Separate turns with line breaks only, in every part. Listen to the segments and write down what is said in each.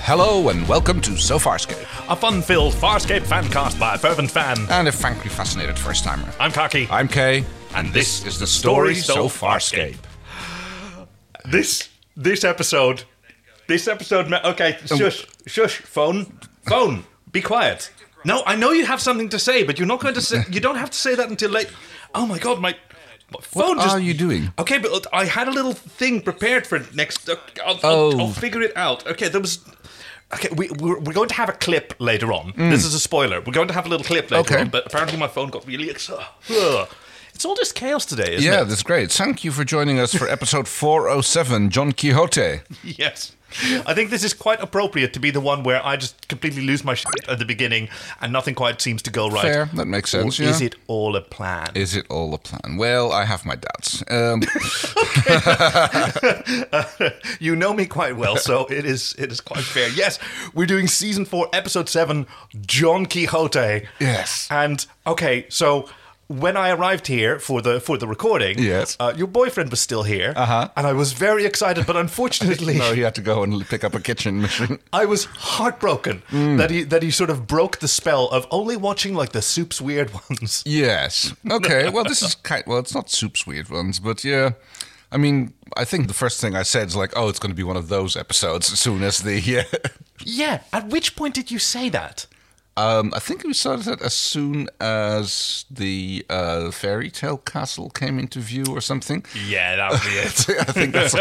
Hello and welcome to So Farscape.
A fun-filled Farscape fancast by a fervent fan.
And a frankly fascinated first timer.
I'm Kaki.
I'm Kay.
And
This
this
is the story So
Farscape.
Farscape.
This this episode, this episode. ma- Okay,
Um,
shush, shush, phone, phone. Be quiet. No, I know you have something to say, but you're not going to say. You don't have to say that until late. Oh my god, my. my Phone
What
just,
are you doing?
Okay, but I had a little thing prepared for next. I'll, I'll,
Oh.
I'll figure it out. Okay, there was. Okay, we, we're, we're going to have a clip later on. This is a spoiler. We're going to have a little clip later
Mm. Okay.
on, but apparently my phone got really. ex- Ugh. It's all just chaos today, isn't
Yeah,
it?
that's great. Thank you for joining us for episode 407, John Quixote.
Yes. I think this is quite appropriate to be the one where I just completely lose my shit at the beginning and nothing quite seems to go right.
Fair, that makes
Or
sense.
is
yeah.
it all a plan?
Is it all a plan? Well, I have my doubts. Um,
you know me quite well, so it is it is quite fair. Yes, we're doing season four, episode seven, John Quixote.
Yes.
And okay, so when I arrived here for the for the recording,
Yes.
uh, your boyfriend was still here,
Uh-huh.
and I was very excited, but unfortunately,
no, you had to go and pick up a kitchen machine.
I was heartbroken that he that he sort of broke the spell of only watching like the soup's weird ones.
Yes. Okay. Well, this is kind. Well, it's not soup's weird ones, but yeah. I mean, I think the first thing I said is like, "Oh, it's going to be one of those episodes." As soon as the, uh, yeah.
Yeah. At which point did you say that?
um, I think we started it as soon as the uh, fairy tale castle came into view or something.
Yeah, that would be it.
I think that's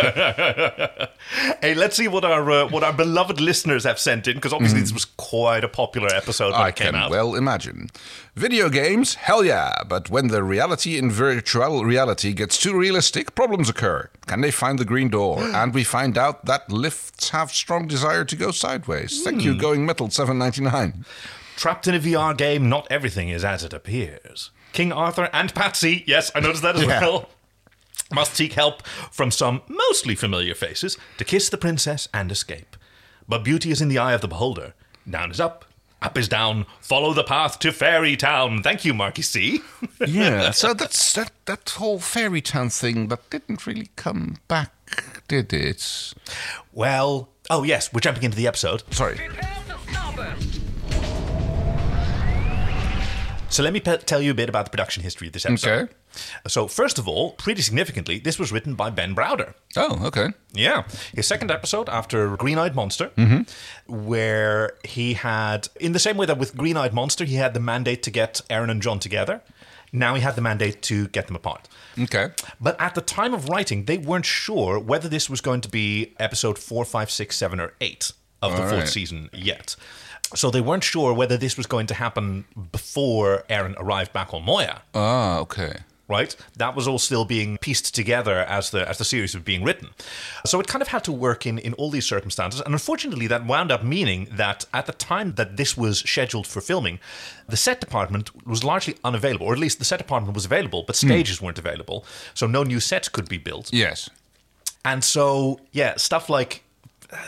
Hey, let's see what our uh, what our beloved listeners have sent in because obviously this was quite a popular episode when
I
it came
can
out.
well imagine. Video games, hell yeah, but when the reality in virtual reality gets too realistic, problems occur. Can they find the green door? and we find out that lifts have strong desire to go sideways. Thank
Hmm.
you, Going Metal 799.
Trapped in a VR game, not everything is as it appears. King Arthur and Patsy, yes, I noticed that as
Yeah.
well. Must seek help from some mostly familiar faces to kiss the princess and escape. But beauty is in the eye of the beholder. Down is up, up is down. Follow the path to Fairy Town. Thank you, Marquis C.
Yeah, so that's that, that whole fairy town thing that didn't really come back, did it?
well, oh yes, we're jumping into the episode.
Sorry.
So let me pe- tell you a bit about the production history of this episode.
Okay.
So first of all, pretty significantly, this was written by Ben Browder.
Oh, okay.
Yeah, his second episode after Green Eyed Monster, where he had, in the same way that with Green Eyed Monster, he had the mandate to get Aaron and John together. Now he had the mandate to get them apart.
Okay.
But at the time of writing, they weren't sure whether this was going to be episode four, five, six, seven, or eight of the
All
fourth
right.
season yet. So they weren't sure whether this was going to happen before Aaron arrived back on Moya
Ah, okay.
right? That was all still being pieced together as the as the series was being written. So it kind of had to work in in all these circumstances, and unfortunately, that wound up meaning that at the time that this was scheduled for filming, the set department was largely unavailable, or at least the set department was available, but stages weren't available, so no new sets could be built.
Yes.
And so, yeah, stuff like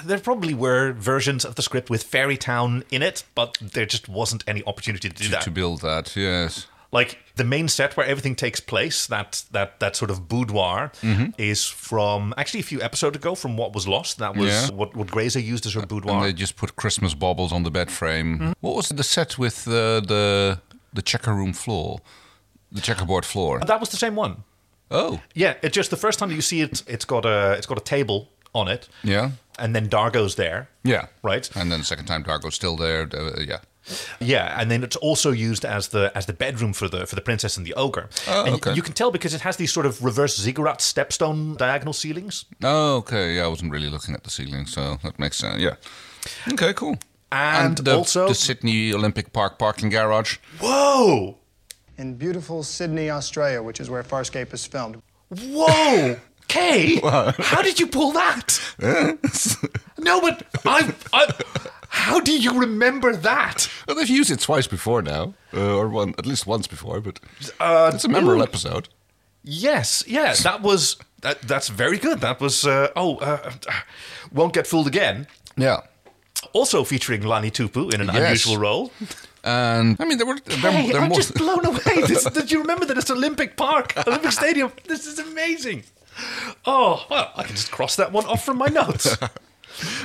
there probably were versions of the script with Fairy Town in it, but there just wasn't any opportunity to do that
To build that, yes.
like the main set where everything takes place that that that sort of boudoir
Mm-hmm.
is from actually a few episodes ago from what was lost that was
Yeah. Uh,
what what grazer used as her
And
boudoir
they just put Christmas baubles on the bed frame.
Hmm?
What was the set with the the the checker room floor, the checkerboard floor?
that was the same one
Oh,
yeah it just the first time you see it it's got a it's got a table on it
yeah,
and then dargo's there
yeah,
right
And then the second time, Dargo's still there. Uh, yeah,
yeah and then it's also used as the as the bedroom for the for the princess and the ogre
Oh,
and
okay.
you can tell because it has these sort of reverse ziggurat stepstone diagonal ceilings
oh, okay, yeah. I wasn't really looking at the ceiling, so that makes sense. Yeah, okay, cool.
And
the,
also-
the Sydney Olympic Park parking garage.
whoa
in beautiful Sydney, Australia, which is where Farscape is filmed.
Whoa! Kay, how did you pull that? no, but I, I. How do you remember that?
Well, they've used it twice before now, uh, or one at least once before. But
Uh,
it's a memorable
dude.
episode.
Yes, yeah, that was. That, that's very good. That was. Uh, oh, uh, won't get fooled again.
Yeah.
Also featuring Lani Tupu in an
Yes.
unusual role.
And I mean, there were there,
Hey,
there
I'm
were-
just blown away. This, did you remember that it's Olympic Park, Olympic Stadium? This is amazing. Oh, well, I can just cross that one off from my notes.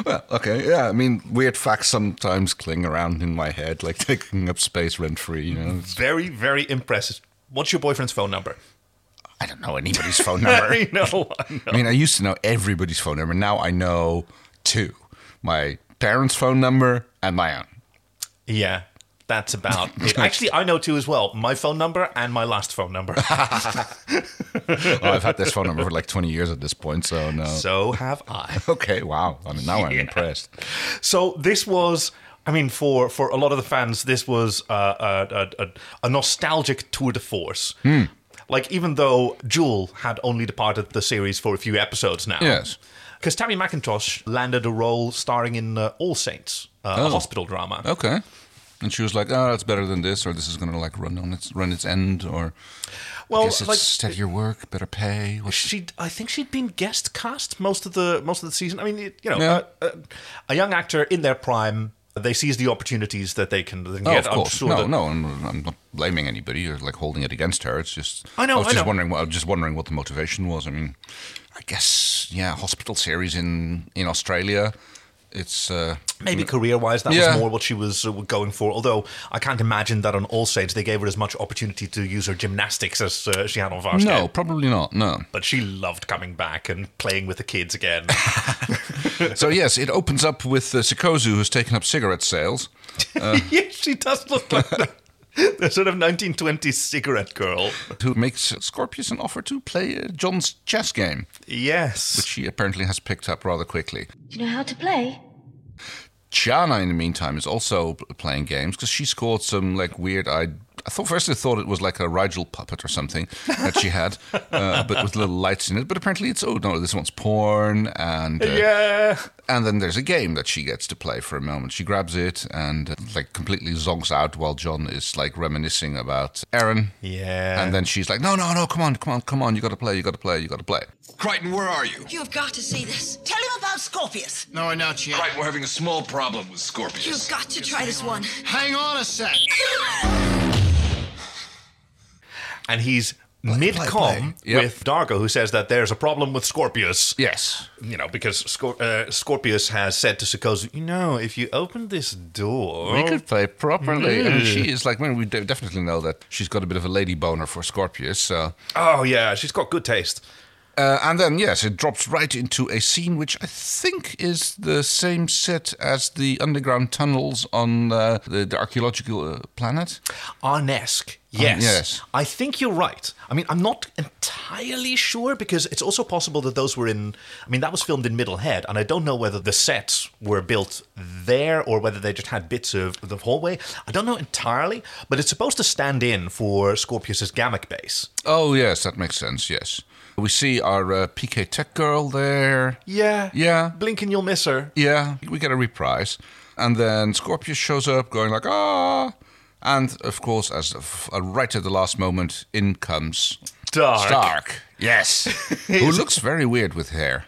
Well, okay, yeah. I mean, weird facts sometimes cling around in my head, like taking up space rent free. You know, It's-
Very, very impressive. What's your boyfriend's phone number?
I don't know anybody's phone number.
I know. I know.
I mean, I used to know everybody's phone number. Now I know two: my parents' phone number and my own.
Yeah, that's about it. Actually, I know two as well my phone number and my last phone number.
Oh, I've had this phone number for like 20 years at this point, so no.
so have I.
okay, wow. I mean, now I'm impressed.
So this was. I mean, for, for a lot of the fans, this was uh, a, a, a, a nostalgic tour de force.
Hmm.
Like, even though Jewel had only departed the series for a few episodes now.
Yes.
Because Tammy McIntosh landed a role starring in uh, All Saints, uh,
Oh.
a hospital drama.
Okay. And she was like, "Oh, that's better than this," or "This is going to like run on its run its end," or
Well,
"I guess it's
like-
steadier work, better pay." What's
she I think she'd been guest cast most of the most of the season. I mean, it, you know,
Yeah.
a, a, a young actor in their prime, they seize the opportunities that they can, they can
Oh,
get.
of
I'm
course.
sure
no,
that-
no, I'm, I'm not blaming anybody or like holding it against her. It's just
I know,
I was
I
just
know.
wondering. What, I was just wondering what the motivation was. I mean, I guess yeah, hospital series in in Australia. It's uh,
Maybe career-wise, that
Yeah.
was more what she was uh, going for. Although I can't imagine that on All Saints they gave her as much opportunity to use her gymnastics as uh, she had on Varsity.
no, probably not. No.
But she loved coming back and playing with the kids again.
so yes, it opens up with uh, Sikozu who's taken up cigarette sales.
yeah, she does look like the, the sort of 1920s cigarette girl.
who makes Scorpius an offer to play uh, John's chess game,
Yes.
which she apparently has picked up rather quickly.
Do you know how to play?
Chiana, in the meantime, is also p- playing games because she scored some like weird. I I thought first I thought it was like a Rigel puppet or something that she had, uh, but with little lights in it. But apparently it's oh no, this one's porn and uh,
yeah.
and then there's a game that she gets to play for a moment. She grabs it and uh, like completely zonks out while John is like reminiscing about Aaron.
Yeah.
And then she's like, no, no, no, come on, come on, come on, you gotta play, you gotta play, you gotta play.
Crichton, where are you?
You've got to see this. Tell him about Scorpius.
No, I know, Chip.
Crichton, we're having a small problem with Scorpius.
You've got to try this one.
Hang on a sec.
and he's mid-com
play. Yep.
with Dargo, who says that there's a problem with Scorpius.
Yes.
You know, because Scor- uh, Scorpius has said to Sokozu, you know, if you open this door,
We could play properly. And she is like, well, we de- definitely know that she's got a bit of a lady boner for Scorpius. So.
oh yeah, she's got good taste.
Uh, and then, yes, it drops right into a scene which I think is the same set as the underground tunnels on uh, the, the archaeological uh, planet.
Arnesque. Yes.
yes.
I think you're right. I mean, I'm not entirely sure because it's also possible that those were in. I mean, that was filmed in Middlehead, and I don't know whether the sets were built there or whether they just had bits of the hallway. I don't know entirely, but it's supposed to stand in for Scorpius's Gamak base.
Oh, yes, that makes sense, yes. We see our uh, PK Tech girl there.
Yeah.
Yeah.
Blink and you'll miss her.
Yeah, we get a reprise. And then Scorpius shows up going like, ah. And of course, as of- uh, right at the last moment, in comes
Dark.
Stark. Yes. Who looks very weird with hair.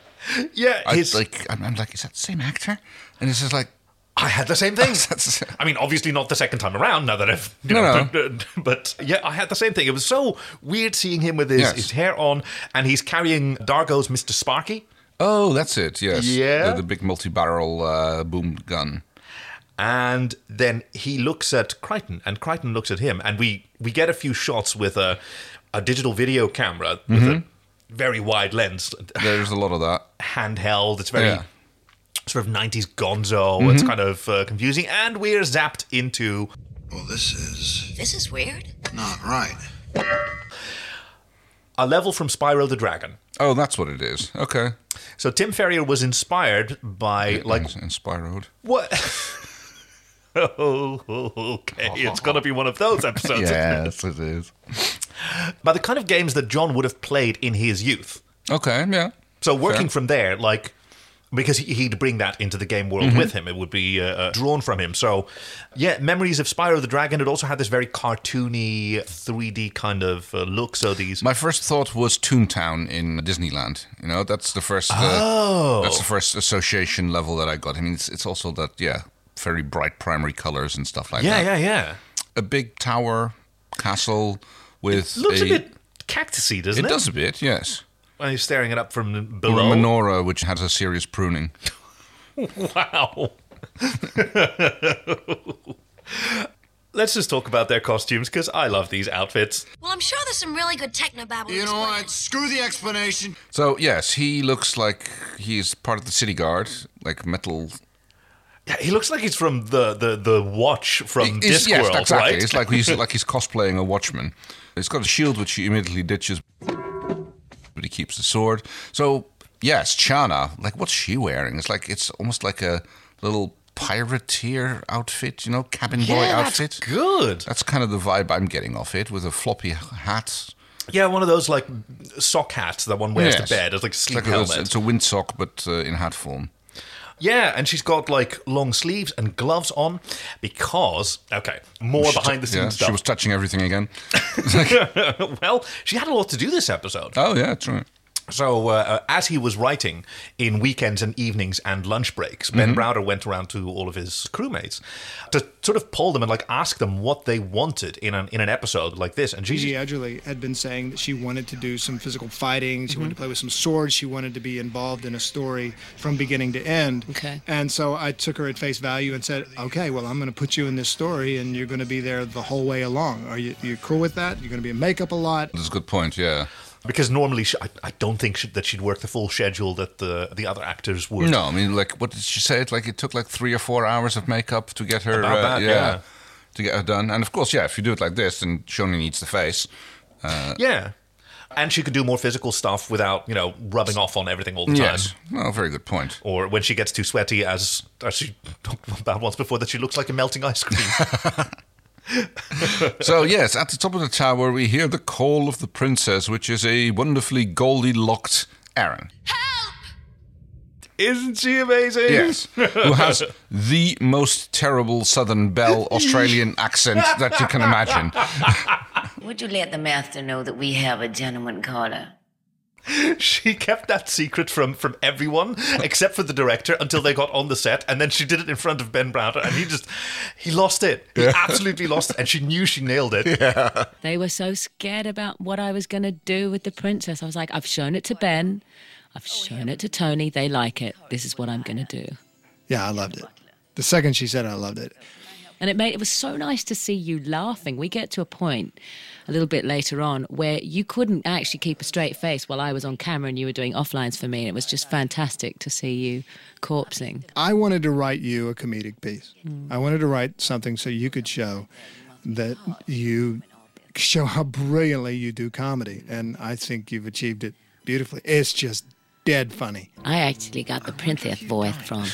Yeah.
I,
his-
like, I'm, I'm like, is that the same actor? And it's just like,
I had the same thing.
That's-
I mean, obviously not the second time around. Now that I've, you
No,
know,
no.
But, uh, but, yeah, I had the same thing. It was so weird seeing him with his,
Yes.
his hair on, and he's carrying Dargo's Mister Sparky,
oh, that's it. Yes.
Yeah.
The, the big multi-barrel uh, boom gun.
and then he looks at Crichton, and Crichton looks at him, and we we get a few shots with a a digital video camera with a very wide lens,
There's a lot of that.
handheld. It's very
Yeah.
sort of '90s Gonzo. It's kind of uh, confusing, and we're zapped into
Well, this is
This is weird.
not right.
a level from Spyro the Dragon.
Oh, that's what it is. Okay.
So Tim Ferrier was inspired by like
And Spyroed.
what? oh, okay. It's gonna be one of those episodes
Yes, it is.
by the kind of games that John would have played in his youth.
Okay, yeah.
So working
Fair.
from there, like because he- he'd bring that into the game world
Mm-hmm.
with him, it would be uh, uh, drawn from him. So yeah, memories of Spyro the Dragon. It also had this very cartoony, 3D kind of uh, look. So these
My first thought was Toontown in Disneyland. You know, that's the first. Uh, That's the first association level that I got. I mean, it's, it's also that yeah, very bright primary colors and stuff like
yeah,
that.
yeah, yeah.
A big tower castle with
Looks a, bit cactusy, doesn't
It
it?
does a bit, yes.
When you're staring it up from
Or a
below.
menorah which has a serious pruning.
Wow. Let's just talk about their costumes because I love these outfits.
Well, I'm sure there's some really good technobabble. in
You
this
know
weapon.
what? Screw the explanation.
So yes, he looks like he's part of the city guard, like metal.
Yeah, He looks like he's from the the, the watch from
He's-
Discworld,
yes, exactly.
right?
It's like he's like he's cosplaying a watchman. He's got a shield which he immediately ditches, but he keeps the sword. So yes, Chana. Like what's she wearing? It's like it's almost like a little pirateer outfit, you know, cabin boy
Yeah, that's
outfit.
good.
That's kind of the vibe I'm getting off it, with a floppy hat.
Yeah, one of those like sock hats that one wears
Yes.
to bed. It's like a sleep
a,
helmet.
it's, it's a windsock, but uh, in hat form.
Yeah, and she's got like long sleeves and gloves on because okay, more
She
behind the
tou-
scenes
yeah,
stuff.
She was touching everything again.
well, she had a lot to do this episode.
Oh yeah, that's right.
So, uh, uh, as he was writing in weekends and evenings and lunch breaks, Ben Browder went around to all of his crewmates to sort of poll them and like ask them what they wanted in an in an episode like this. And Gigi,
Gigi Edgerly had been saying that she wanted to do some physical fighting, she wanted to play with some swords, she wanted to be involved in a story from beginning to end.
Okay.
And so I took her at face value and said, "Okay, well, I'm going to put you in this story, and you're going to be there the whole way along. Are you you cool with that? You're going to be in makeup a lot."
That's a good point. Yeah.
because normally she, I, I don't think she, that she'd work the full schedule that the the other actors would.
No, I mean, like, what did she say? It like it took like three or four hours of makeup to get her,
About
uh,
that, yeah.
to get her done. And of course, yeah, if you do it like this, then she only needs the face.
Yeah. And she could do more physical stuff without, you know, rubbing off on everything all the time.
Well, Oh, very good point.
Or when she gets too sweaty, as, as she talked about once before, that she looks like a melting ice cream.
so yes, at the top of the tower, we hear the call of the princess, which is a wonderfully goldy-locked Aaron.
Help!
Isn't she amazing?
Yes, who has the most terrible Southern Belle Australian accent that you can imagine.
Would you let the master know that we have a gentleman caller?
She kept that secret from, from everyone except for the director until they got on the set. And then she did it in front of Ben Browder. And he just, he lost it. He absolutely lost it. And she knew she nailed it.
They were so scared about what I was going to do with the princess. I was like, I've shown it to Ben, I've shown it to Tony. They like it. This is what I'm going to do.
Yeah, I loved it. The second she said, it, I loved it.
And it made it was so nice to see you laughing. We get to a point a little bit later on where you couldn't actually keep a straight face while I was on camera and you were doing offlines for me. And it was just fantastic to see you corpsing.
I wanted to write you a comedic piece. I wanted to write something so you could show that you show how brilliantly you do comedy. And I think you've achieved it beautifully. It's just dead funny.
I actually got the princess voice from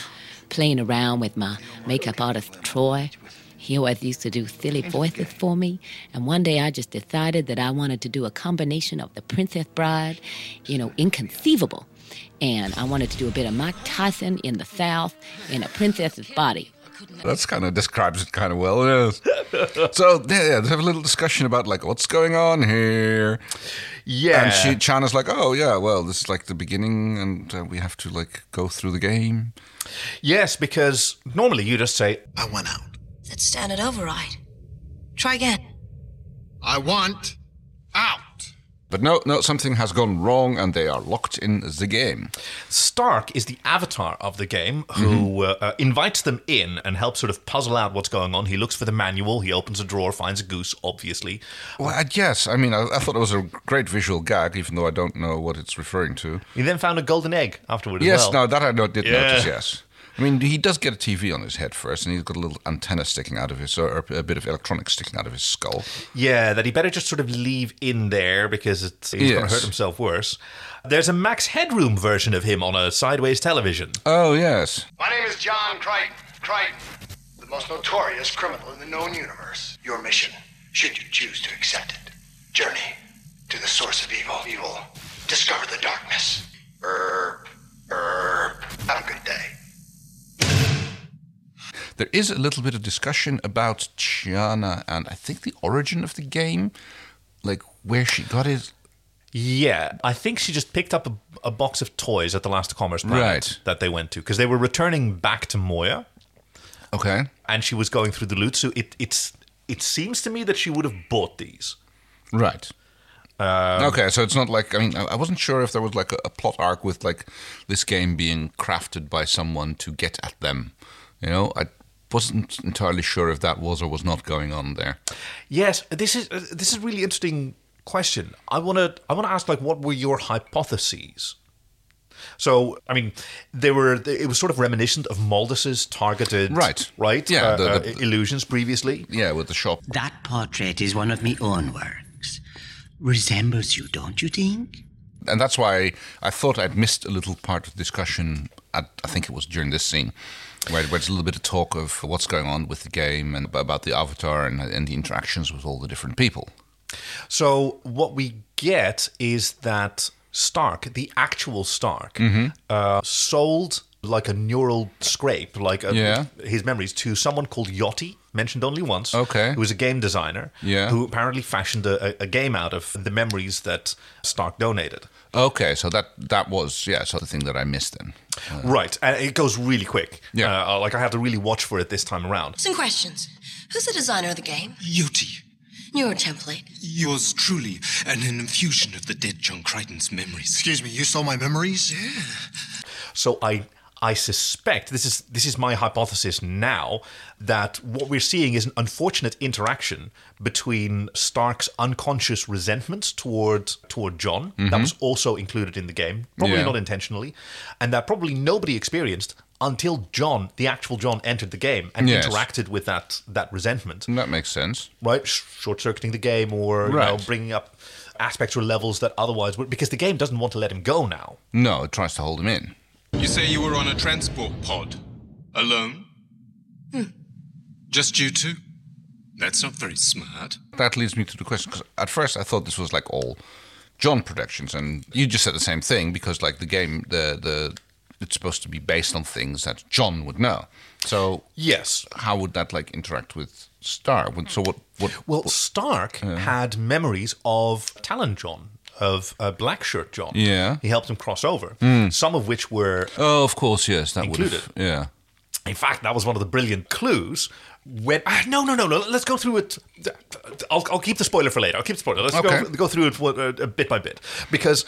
playing around with my makeup artist Troy. He always used to do silly voices for me. And one day I just decided that I wanted to do a combination of the Princess Bride, you know, inconceivable. And I wanted to do a bit of Mike Tyson in the South in a princess's body.
That's kind of describes it kind of well. Yes. so yeah, yeah, they have a little discussion about like what's going on here.
Yeah.
And she, Chana's like, oh yeah, well, this is like the beginning, and uh, we have to like go through the game.
yes, because normally you just say,
I went out.
That's standard override. Try again.
I want out.
But no, no, something has gone wrong, and they are locked in the game.
Stark is the avatar of the game who
Mm-hmm.
uh, uh, invites them in and helps sort of puzzle out what's going on. He looks for the manual, he opens a drawer, finds a goose, obviously.
Well, I, Uh, yes, I mean, I, I thought it was a great visual gag, even though I don't know what it's referring to.
He then found a golden egg afterward
Yes,
as
no,
well.
that I no- did
Yeah.
notice. Yes, I mean he does get a TV on his head first, and he's got a little antenna sticking out of his, or a bit of electronics sticking out of his skull.
Yeah, that he better just sort of leave in there because it's, he's going
Yes.
to hurt himself worse. There's a Max Headroom version of him on a sideways television.
Oh yes,
My name is John Crichton. Crichton, the most notorious criminal in the known universe. Your mission, should you choose to accept it, journey to the source of evil. Evil, discover the darkness. Erp, erp. Have a good day.
There is a little bit of discussion about Chiana and I think the origin of the game, like where she got it.
Yeah, I think she just picked up a, a box of toys at the last Commerce Planet
Right.
that they went to because they were returning back to Moya.
Okay.
and she was going through the loot. So it, it's it seems to me that she would have bought these.
Right. okay, so it's not like I mean I I wasn't sure if there was like a, a plot arc with like this game being crafted by someone to get at them. You know, I wasn't entirely sure if that was or was not going on there.
Yes, this is uh, this is really interesting question. I want to I want to ask like what were your hypotheses? So, I mean, they were it was sort of reminiscent of Maldus's targeted
Right.
right
Yeah,
uh,
the-
uh,
the-
illusions previously.
Yeah, with the shop.
That portrait is one of my own works. Resembles you, don't you think?
and that's why I thought I'd missed a little part of discussion. At, I think it was during this scene, where, where there's a little bit of talk of what's going on with the game and about the avatar and, and the interactions with all the different people.
So what we get is that Stark, the actual Stark,
Mm-hmm.
uh, sold like a neural scrape, like a,
Yeah.
his memories, to someone called Yotti, mentioned only once.
Okay.
who was a game designer.
Yeah.
who apparently fashioned a, a- a game out of the memories that Stark donated.
Okay, so that that was yeah, so the thing that I missed then.
Right, and it goes really quick.
Uh. Yeah.
uh, like I have to really watch for it this time around.
Some questions. Who's the designer of the game?
Yoti,
Neurotemplate.
yours truly, and an infusion of the dead John Crichton's memories.
Excuse me, you stole my memories? Yeah.
So I. I suspect this is this is my hypothesis now that what we're seeing is an unfortunate interaction between Stark's unconscious resentment toward toward John that was also included in the game, probably
Mm-hmm. Yeah.
not intentionally, and that probably nobody experienced until John, the actual John, entered the game and
Yes.
interacted with that that resentment.
That makes sense.
right? Short circuiting the game or you know,
Right.
bringing up aspects or levels that otherwise would, because the game doesn't want to let him go now.
No, it tries to hold him in.
You say you were on a transport pod. Alone? Just you two? Hmm. That's not very smart.
That leads me to the question because at first I thought this was like all John Productions, and you just said the same thing because like the game, the the it's supposed to be based on things that John would know. So
Yes.
how would that like interact with Star? Would- So what? What?
Well, Stark had memories of Talon John, of uh, Blackshirt John.
Yeah. Hmm.
He helped him cross over, some of which were
oh, of course, yes, that would have.
Included.
Yeah.
In fact, that was one of the brilliant clues. When ah, no, no, no, no. Let's go through it. I'll, I'll keep the spoiler for later. I'll keep the spoiler. Let's go,
Okay.
go through it for, uh, bit by bit because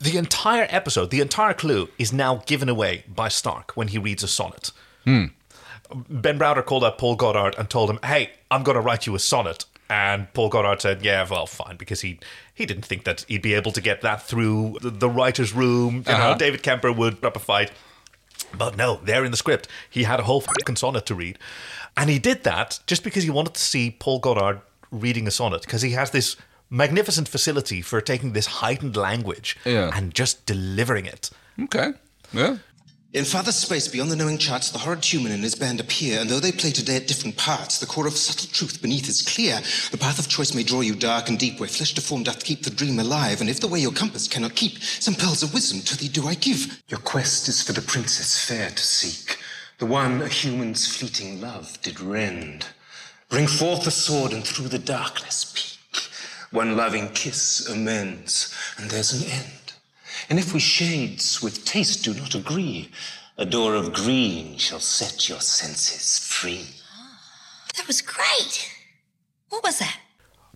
the entire episode, the entire clue, is now given away by Stark when he reads a sonnet. Ben Browder called up Paul Goddard and told him, "Hey, I'm going to write you a sonnet." And Paul Goddard said, "Yeah, well, fine," because he he didn't think that he'd be able to get that through the, the writers' room. You know,
Uh-huh.
David Kemper would put up a fight. But no, there in the script, he had a whole fucking sonnet to read, and he did that just because he wanted to see Paul Goddard reading a sonnet because he has this magnificent facility for taking this heightened language
Yeah.
and just delivering it.
Okay. Yeah.
In farther space beyond the knowing charts, the horrid human and his band appear, and though they play today at different parts, the core of subtle truth beneath is clear. The path of choice may draw you dark and deep, where flesh deformed doth keep the dream alive, and if the way your compass cannot keep, some pearls of wisdom to thee do I give. Your quest is for the princess fair to seek, the one a human's fleeting love did rend. Bring forth the sword and through the darkness peek. One loving kiss amends, and there's an end. And if we shades with taste do not agree, a door of green shall set your senses free.
That was great. What was that?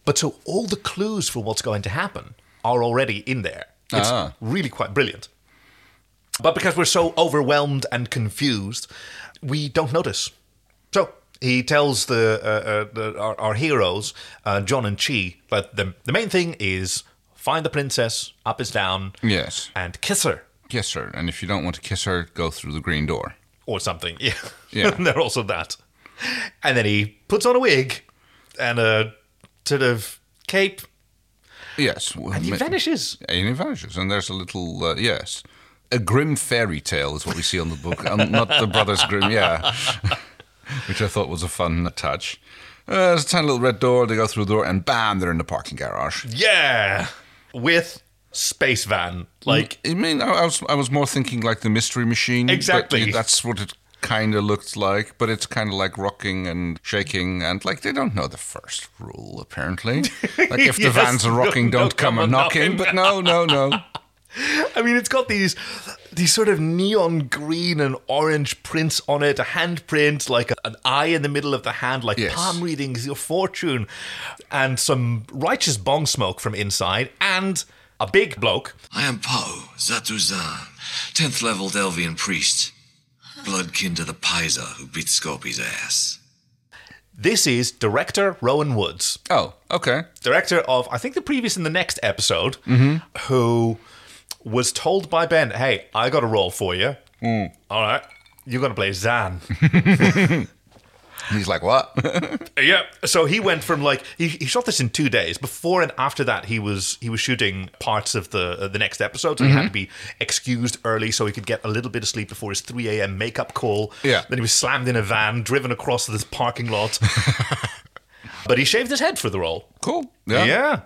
But so all the clues for what's going to happen are already in there. It's
Ah.
really quite brilliant. But because we're so overwhelmed and confused, we don't notice. So he tells the, uh, uh, the our, our heroes, uh, John and Chi, that the, the main thing is find the princess, up is down,
Yes.
and kiss her
Kiss her, and if you don't want to kiss her, go through the green door.
or something. Yeah.
Yeah.
They're also that. And then he puts on a wig and a sort of cape
Yes.
and he vanishes.
And he vanishes, and there's a little uh, yes. A grim fairy tale is what we see on the book, um, not the Brothers Grimm, yeah, which I thought was a fun touch. Uh, there's a tiny little red door. They go through the door, and bam, they're in the parking garage.
Yeah, with space van. Like
I mean, I, I was I was more thinking like the Mystery Machine. but
Exactly.
that's what it kind of looked like, but it's kind of like rocking and shaking, and like they don't know the first rule apparently. Like if the
Yes,
vans are rocking,
no,
don't come a knocking. But no, no, no.
I mean, it's got these these sort of neon green and orange prints on it, a handprint, like an eye in the middle of the hand, like
Yes.
palm readings, your fortune, and some righteous bong smoke from inside, and a big bloke.
I am Pao Zatuzan, 10th level Delvian priest, bloodkin to the Paiza who beat Scorpi's ass.
This is director Rowan Woods.
Oh, okay.
Director of, I think, the previous and the next episode,
Mhm.
who was told by Ben, hey, I got a role for you. All right. You're going to play Zan.
He's like, what?
yeah. So he went from like he, he shot this in two days. Before and after that, he was he was shooting parts of the uh, the next episode. So he had
Mhm.
to be excused early so he could get a little bit of sleep before his three a.m. makeup call.
Yeah.
Then he was slammed in a van, driven across this parking lot. but he shaved his head for the role.
Cool. Yeah.
Yeah.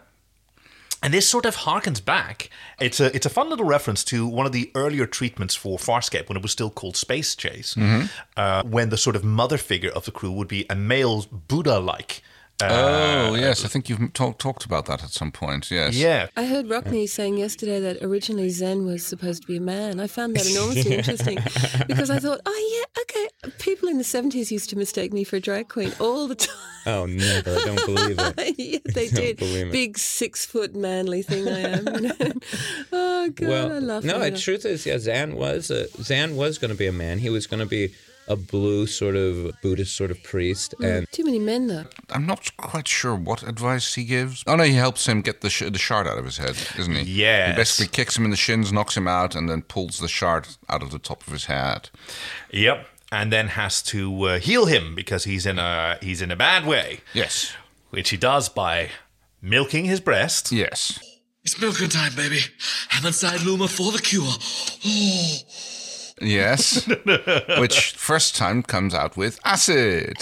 And this sort of harkens back. It's a it's a fun little reference to one of the earlier treatments for Farscape when it was still called Space Chase,
Mhm.
uh, when the sort of mother figure of the crew would be a male Buddha-like. Uh,
oh, yes. I think you've talk, talked about that at some point. Yes.
Yeah.
I heard Rockney saying yesterday that originally Zen was supposed to be a man. I found that enormously interesting because I thought, oh yeah, okay. People in the seventies used to mistake me for a drag queen all the time.
Oh, never. I don't believe it.
yeah, they
Don't
did.
believe it.
Big six foot manly thing I am. you know. oh god, I love
no.
that.
The truth is, yeah, Zan was a, Zan was going to be a man. He was going to be a blue sort of Buddhist sort of priest,
Mm,
and
Too many men though.
I'm not quite sure what advice he gives. Oh no, he helps him get the sh- the shard out of his head, isn't he? Yeah. He basically kicks him in the shins, knocks him out, and then pulls the shard out of the top of his head.
Yep. And then has to uh, heal him because he's in a he's in a bad way.
Yes.
Which he does by milking his breast.
Yes.
It's milking time, baby. Have inside Luma for the cure. Oh.
Yes. Which first time comes out with acid.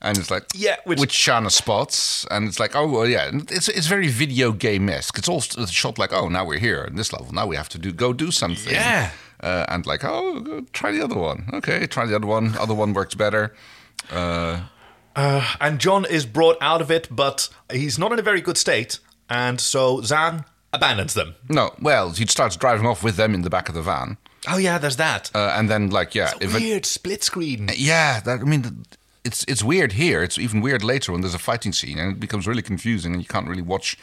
And it's like
yeah,
which, Shana spots, and it's like oh well, yeah, And it's it's very video game esque. It's all s- shot like oh now we're here in this level, now we have to do go do something.
Yeah.
Uh, and like oh go try the other one. Okay, try the other one. Other one works better. Uh,
Uh, and John is brought out of it, but he's not in a very good state, and so Zan abandons them.
no, well he starts driving off with them in the back of the van.
Oh yeah, there's that.
Uh, and then like yeah, if it-
Weird split screen.
Yeah, that, I mean, it's it's weird here. It's even weird later when there's a fighting scene, and it becomes really confusing, and you can't really watch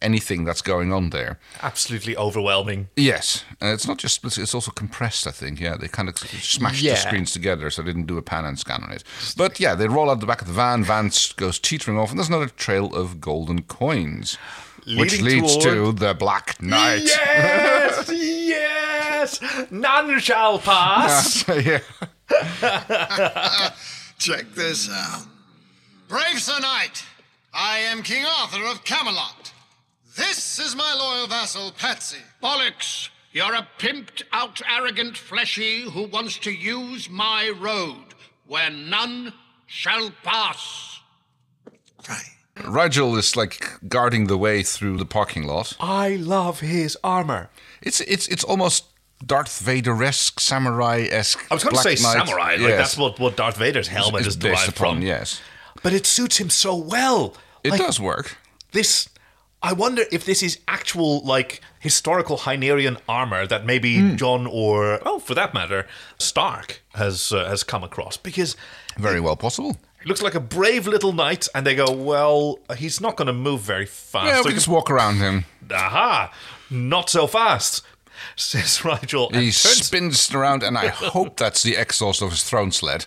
anything that's going on there.
Absolutely overwhelming.
Yes, and it's not just it's also compressed. I think yeah, they kind of smashed
Yeah.
the screens together, so they didn't do a pan and scan on it. But yeah, they roll out the back of the van. Van s- goes teetering off, and there's another trail of golden coins, which
Leading
leads
toward-
to the Black Knight.
Yes, yes. None shall pass.
yeah.
Check this out. Brave Sir Knight, I am King Arthur of Camelot. This is my loyal vassal, Patsy.
Bollocks! You're a pimped out, arrogant fleshy who wants to use my road where none shall pass.
Rigel is like guarding the way through the parking lot.
I love his armor.
It's it's it's almost Darth Vader esque, samurai esque.
I was going to say samurai. Like that's what, what Darth Vader's helmet
It's
is
based
derived
upon,
from.
Yes,
but it suits him so well.
It does work.
This, I wonder if this is actual like historical Hynerian armor that maybe
Hmm.
John or oh, for that matter, Stark has uh, has come across because
very well possible.
He looks like a brave little knight, and they go, "Well, he's not going to move very fast.
yeah,
Ah, so
we
he
just
can-
walk around him.
Aha! Not so fast," says Rigel.
He spins around, and I hope that's the exhaust of his throne sled.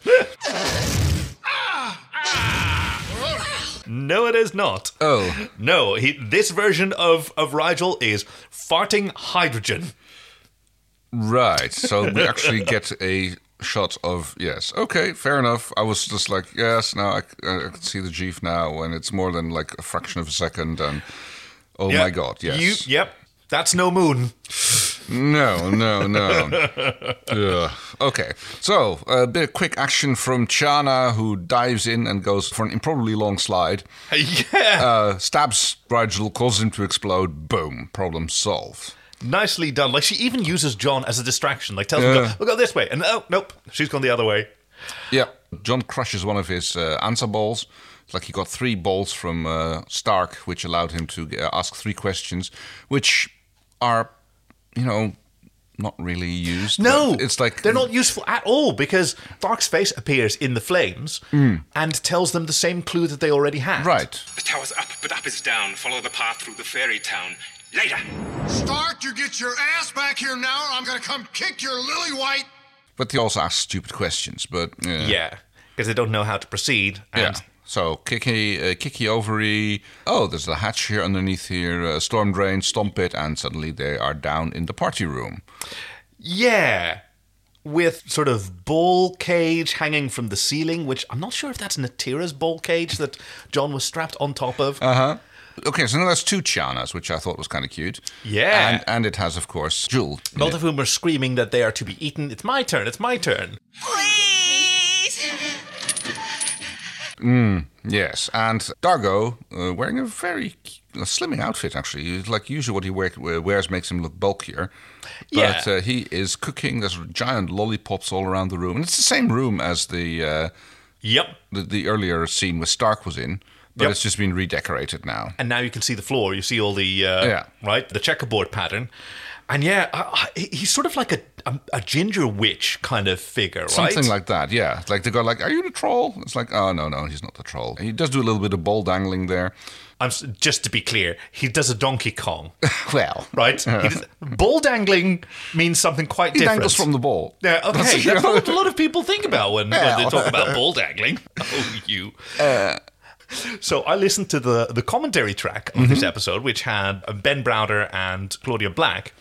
No, it is not.
Oh
no! He, this version of of Rigel is farting hydrogen.
Right. So we actually get a shot of yes. Okay, fair enough. I was just like yes. Now I, c- uh, I can see the Jeep now, and it's more than like a fraction of a second. And oh
Yeah.
my god, yes.
You- yep. That's no moon.
No, no, no. Ugh. Okay, so a bit of quick action from Chana, who dives in and goes for an improbably long slide.
Yeah.
Uh, stabs Rigel, causes him to explode. Boom. Problem solved.
Nicely done. Like she even uses John as a distraction. Like tells him,
Yeah.
"Go- "We'll go this way," and oh, nope, she's gone the other way.
Yeah. John crushes one of his uh, answer balls. It's like he got three balls from uh, Stark, which allowed him to uh, ask three questions, which are you know, not really used.
No,
but it's like
they're not useful at all because Dark's face appears in the flames
Mm.
and tells them the same clue that they already had. Right.
The tower's up, but up is down. Follow the path through the fairy town. Later.
Stark, you get your ass back here now, or I'm gonna come kick your lily white.
But they also ask stupid questions. But uh, yeah,
because they don't know how to proceed.
And So Kiki, uh, Kiki Ovary. Oh, there's the hatch here underneath here. Uh, storm drain, stomp it, and suddenly they are down in the party room.
Yeah. With sort of ball cage hanging from the ceiling, which I'm not sure if that's Natira's ball cage that John was strapped on top of.
Uh huh. Okay, so now that's two Chanas, which I thought was kind of cute.
Yeah.
and and it has of course Jewel. in
Both
it.
of whom are screaming that they are to be eaten. It's my turn. It's my turn.
Mm, yes, and Dargo uh, wearing a very a slimming outfit. Actually, He's like usually what he wear, wears makes him look bulkier, but
Yeah.
uh, he is cooking. There's giant lollipops all around the room, and it's the same room as the uh,
yep
the, the earlier scene where Stark was in, but
Yep.
it's just been redecorated now.
and now you can see the floor. You see all the uh,
Yeah.
right the checkerboard pattern, and yeah, uh, he- he's sort of like a, a a ginger witch kind of figure, right?
Something like that, yeah. It's Like they go like, "Are you the troll?" It's like, "Oh no, no, he's not the troll." He does do a little bit of ball dangling there.
I'm s- just to be clear, he does a Donkey Kong.
well,
right? He does- ball dangling means something quite
He
different.
dangles from the ball.
Yeah, okay.
That's-
That's what a lot of people think about when, when they
Well.
talk about ball dangling. Oh, you. so I listened to the, the commentary track of this episode, which had uh, Ben Browder and Claudia Black.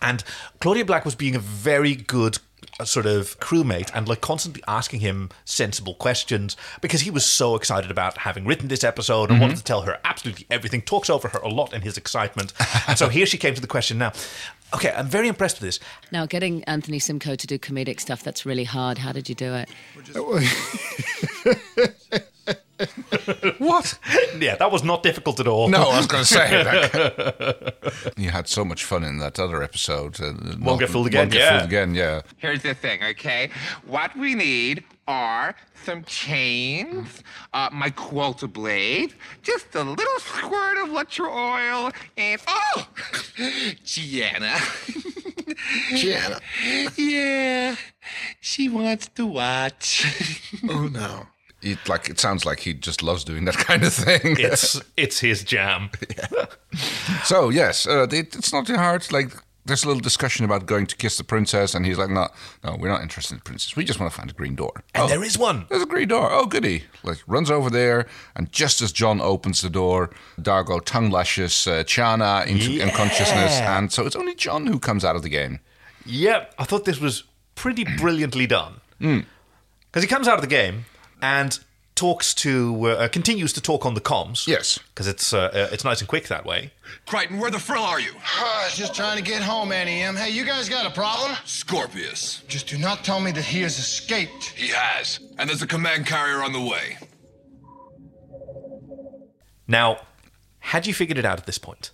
And Claudia Black was being a very good uh, sort of crewmate and like constantly asking him sensible questions because he was so excited about having written this episode and wanted to tell her absolutely everything. Talks over her a lot in his excitement. and so here she came to the question now. Okay, I'm very impressed with this.
Now, getting Anthony Simcoe to do comedic stuff, that's really hard. How did you do it?
what?
Yeah, that was not difficult at all.
No, I was going to say. Like, you had so much fun in that other episode. Uh,
Won't get fooled again,
Won't get
yeah.
fooled again. Yeah.
Here's the thing, okay? What we need are some chains, uh, my quota blade, just a little squirt of lecture oil, and oh, Gianna. Gianna. yeah, she wants to watch.
Oh no. It like it sounds like he just loves doing that kind of thing.
It's it's his jam.
so yes, uh, it, it's not too hard. Like there's a little discussion about going to kiss the princess, and he's like, "No, no, we're not interested in the princess. We just want to find a green door." Oh,
And there is one.
There's a green door. Oh, goody! Like runs over there, and just as John opens the door, Dargo tongue lashes uh, Chana into unconsciousness,
Yeah.
and so it's only John who comes out of the game.
Yep, I thought this was pretty brilliantly done.
Hmm.
Because he comes out of the game and talks to, uh, continues to talk on the comms. Yes. Because it's, uh, uh, it's nice and quick that way.
Crichton, where the frill are you?
Uh, I was just trying to get home, NEM. Hey, you guys got a problem?
Scorpius.
Just do not tell me that he has escaped.
He has. And there's a command carrier on the way.
Now, had you figured it out at this point?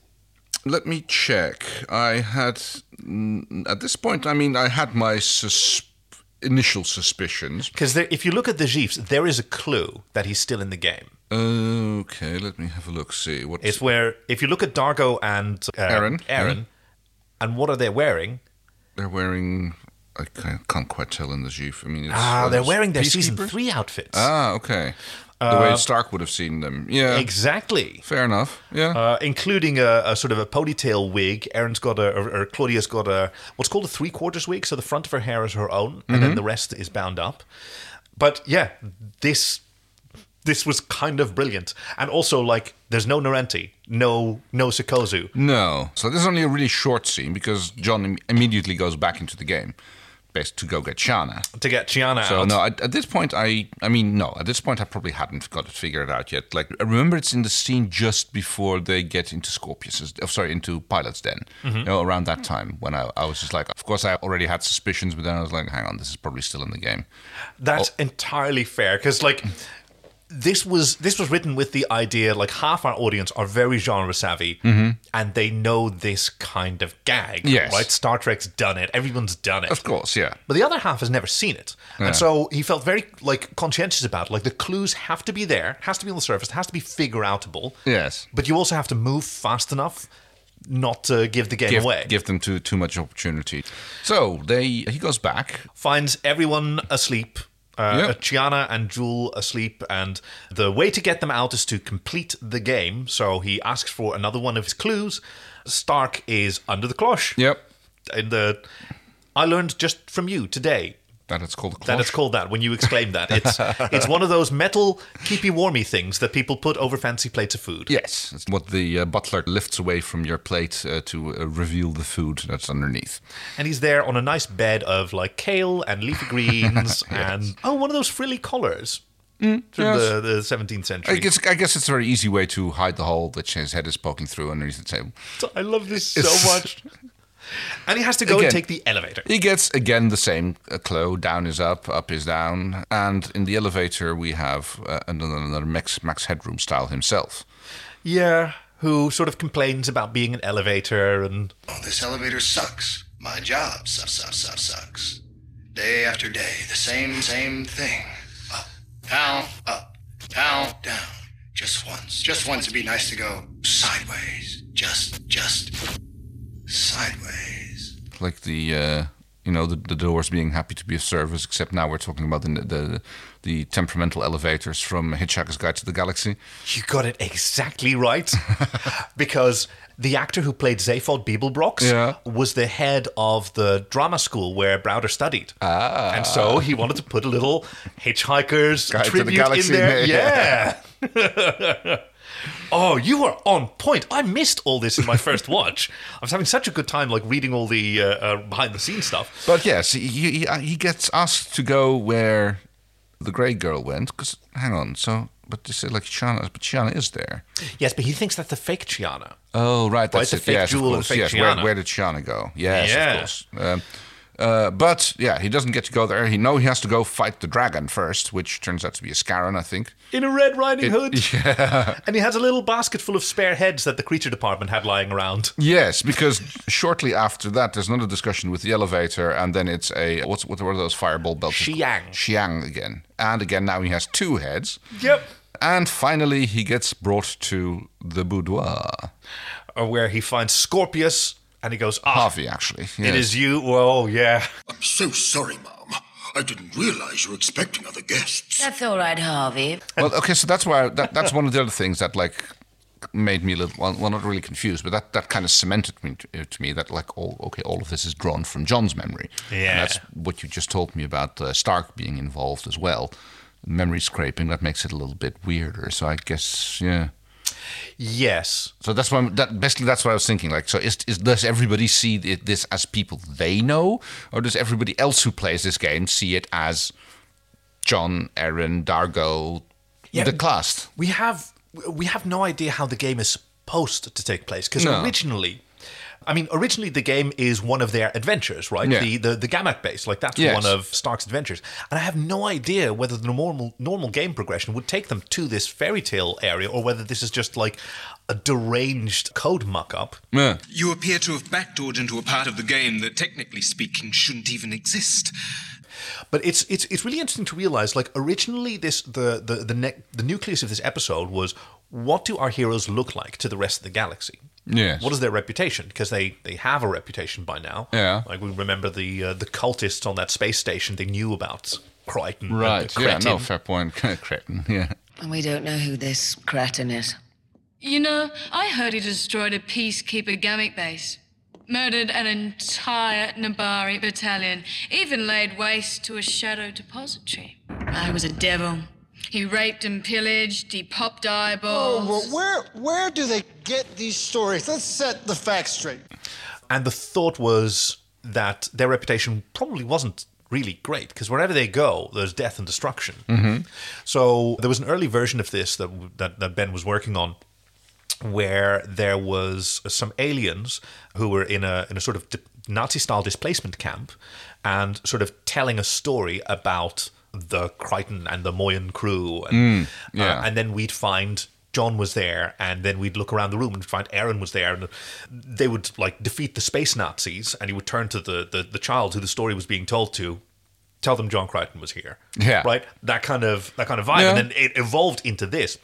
Let me check. I had mm, at this point. I mean, I had my sus- initial suspicions.
Because if you look at the Jeeves, there is a clue that he's still in the game.
Okay, let me have a look. See what
It's where, if you look at Dargo and uh,
Aaron.
Aaron,
Mhm.
and what are they wearing?
they're wearing. I can't, can't quite tell in the Juve. I mean, it's,
Ah, they're
it's
wearing their season
peacekeepers?
three outfits.
Ah, okay. The
Uh,
way Stark would have seen them. Yeah,
Exactly.
Fair enough. Yeah.
Uh, including a, a sort of a ponytail wig. Erin's got a, or, or Claudia's got a, what's called a three quarters wig. So the front of her hair is her own, and then
Mhm.
the rest is bound up. But yeah, this this was kind of brilliant. And also, like, there's no Narenti, no no Sikozu.
No. So this is only a really short scene because John im- immediately goes back into the game, best to go get Shana.
To get Chiana
So
out.
no, at, at this point, I I mean no, at this point I probably hadn't got it figured out yet. Like I remember it's in the scene just before they get into Scorpius's, oh, sorry, into Pilot's Den.
Mhm.
You know, around that time when I, I was just like, of course I already had suspicions, but then I was like, hang on, this is probably still in the game. oh.
That's entirely fair because like this was this was written with the idea like half our audience are very genre savvy
Mhm.
and they know this kind of gag.
Yes.
Right? Star Trek's done it. Everyone's done it.
Of course, yeah.
But the other half has never seen it.
Yeah.
And so he felt very like conscientious about it. like the clues have to be there, has to be on the surface, it has to be figure outable.
Yes.
But you also have to move fast enough not uh, give the game
give,
away.
give them too too much opportunity. So they he goes back.
Finds everyone asleep. Uh, Chiana and Jewel asleep, and the way to get them out is to complete the game. So he asks for another one of his clues. Stark is under the cloche.
Yep.
In the, I learned just from you today
that it's called a
that it's called that when you exclaim that it's it's one of those metal keepy warmy things that people put over fancy plates of food.
Yes, it's what the uh, butler lifts away from your plate uh, to uh, reveal the food that's underneath.
And he's there on a nice bed of like kale and leafy greens and oh, one of those frilly collars from
Mm, yes.
the, the 17th century.
I guess I guess it's a very easy way to hide the hole that his head is poking through underneath the table.
I love this
It's-
so much. And he has to go
Again.
and take the elevator.
He gets again the same uh, clue: down is up, up is down. And in the elevator, we have uh, another, another Max, Max Headroom style himself.
Yeah, who sort of complains about being an elevator and
This elevator sucks. My job sucks, sucks, sucks, sucks. Day after day, the same, same thing. Up, down, up, down, down. Just once, just once it'd be nice to go sideways. Just, just sideways.
like the uh, you know the, the doors being happy to be of service except now we're talking about the the, the temperamental elevators from hitchhiker's guide to the galaxy
You got it exactly right. because the actor who played Zaphod Beeblebrox
Yeah.
was the head of the drama school where Browder studied. Ah. And so he wanted to put a little Hitchhiker's
Guide to the
tribute
Galaxy in
in there.
there,
Yeah. oh, you are on point. I missed all this in my first watch. I was having such a good time like reading all the uh, uh, behind the scenes stuff.
but yes he, he, uh, he gets asked to go where the grey girl went because hang on so but they say like Chiana but Chiana is there
Yes, but he thinks that's the fake Chiana.
oh right that's
the
it
fake
yes of
jewel and
course
fake
yes where,
Chiana.
where did Chiana go yes
Yeah.
of course um, uh, but yeah, he doesn't get to go there. He know he has to go fight the dragon first, which turns out to be a Scaron, I think.
In a Red Riding
It-
Hood. And he has a little basket full of spare heads that the creature department had lying around.
Yes, because shortly after that, there's another discussion with the elevator, and then it's a what's what were those fireball belts?
Xiang.
Xiang again, and again. Now he has two heads,
Yep.
and finally he gets brought to the boudoir.
Or where he finds Scorpius and he goes, Ah,
Harvey, actually, yes.
it is you. Oh, yeah.
I'm so sorry, Mom. I didn't realize you were expecting other guests.
That's all right, Harvey.
Well, okay, so that's why that, that's one of the other things that like made me a little well, well, not really confused, but that that kind of cemented me to, to me that like all okay, all of this is drawn from John's memory.
Yeah.
and that's what you just told me about uh, Stark being involved as well. Memory scraping that makes it a little bit weirder. So I guess yeah.
Yes.
So that's why I'm- that basically that's what I was thinking. Like, so is, is does everybody see thi- this as people they know, or does everybody else who plays this game see it as John, Aaron, Dargo,
Yeah.
the cast?
We have we have no idea how the game is supposed to take place because
No.
originally, I mean, originally the game is one of their adventures, right?
Yeah.
The the the Gamak base, like that's
Yes.
one of Stark's adventures, and I have no idea whether the normal normal game progression would take them to this fairy tale area or whether this is just like a deranged code muck up.
You appear to have backdoored into a part of the game that, technically speaking, shouldn't even exist.
But it's it's it's really interesting to realize like originally this the the the, ne- the nucleus of this episode was what do our heroes look like to the rest of the galaxy?
Yes.
What is their reputation? Because they they have a reputation by now.
Yeah.
Like we remember the uh, the cultists on that space station they knew about Crichton. and
Right.
the
Yeah. No.
cretin.
Fair point. Cretin. Yeah.
And we don't know who this cretin is.
You know, I heard he destroyed a peacekeeper gamut base, murdered an entire Nabari battalion, even laid waste to a shadow depository. I was a devil. He raped and pillaged, he popped eyeballs.
Oh, well, where where do they get these stories? Let's set the facts straight.
And the thought was that their reputation probably wasn't really great because wherever they go, there's death and destruction.
Mm-hmm.
Mhm.
So there was an early version of this that, that that Ben was working on, where there was some aliens who were in a in a sort of di- Nazi-style displacement camp, and sort of telling a story about the Crichton and the Moyen crew,
Mm,
and,
yeah.
uh, and then we'd find. John was there, and then we'd look around the room and find Aaron was there, and they would like defeat the space Nazis, and he would turn to the the, the child who the story was being told to, tell them John Crichton was here,
Yeah.
right? That kind of that kind of vibe,
Yeah.
and then it evolved into this.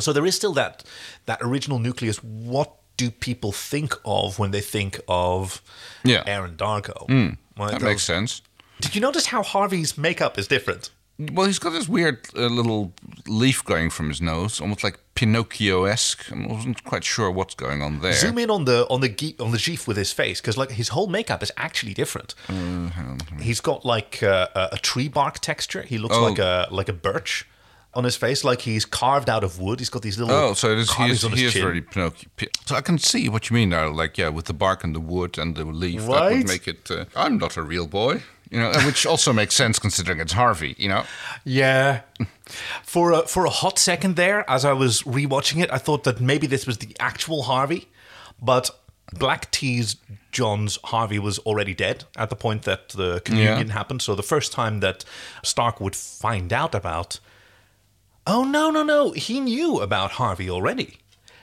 So there is still that that original nucleus. What do people think of when they think of
Yeah.
Aaron Darko?
Mm,
Well, it
that
does-
makes sense.
Did you notice how Harvey's makeup is different?
Well, he's got this weird uh, little leaf going from his nose, almost like Pinocchio esque. I wasn't quite sure what's going on there.
Zoom in on the on the ge- on the chief with his face because like his whole makeup is actually different.
Uh, hang on.
He's got like uh, a, a tree bark texture. He looks
Oh.
like a like a birch on his face, like he's carved out of wood. He's got these little
oh, so it is, he
carvings
is,
on
he
his
is
chin.
very Pinocchio. Pi- So I can see what you mean now, like, yeah, with the bark and the wood and the leaf. That
Right?
would make it, uh, I'm not a real boy, you know, and which also makes sense considering it's Harvey, you know?
Yeah. For a, for a hot second there, as I was rewatching it, I thought that maybe this was the actual Harvey, but Black Tea's John's Harvey was already dead at the point that the communion
Yeah.
happened. So the first time that Stark would find out about, oh no no no, he knew about Harvey already.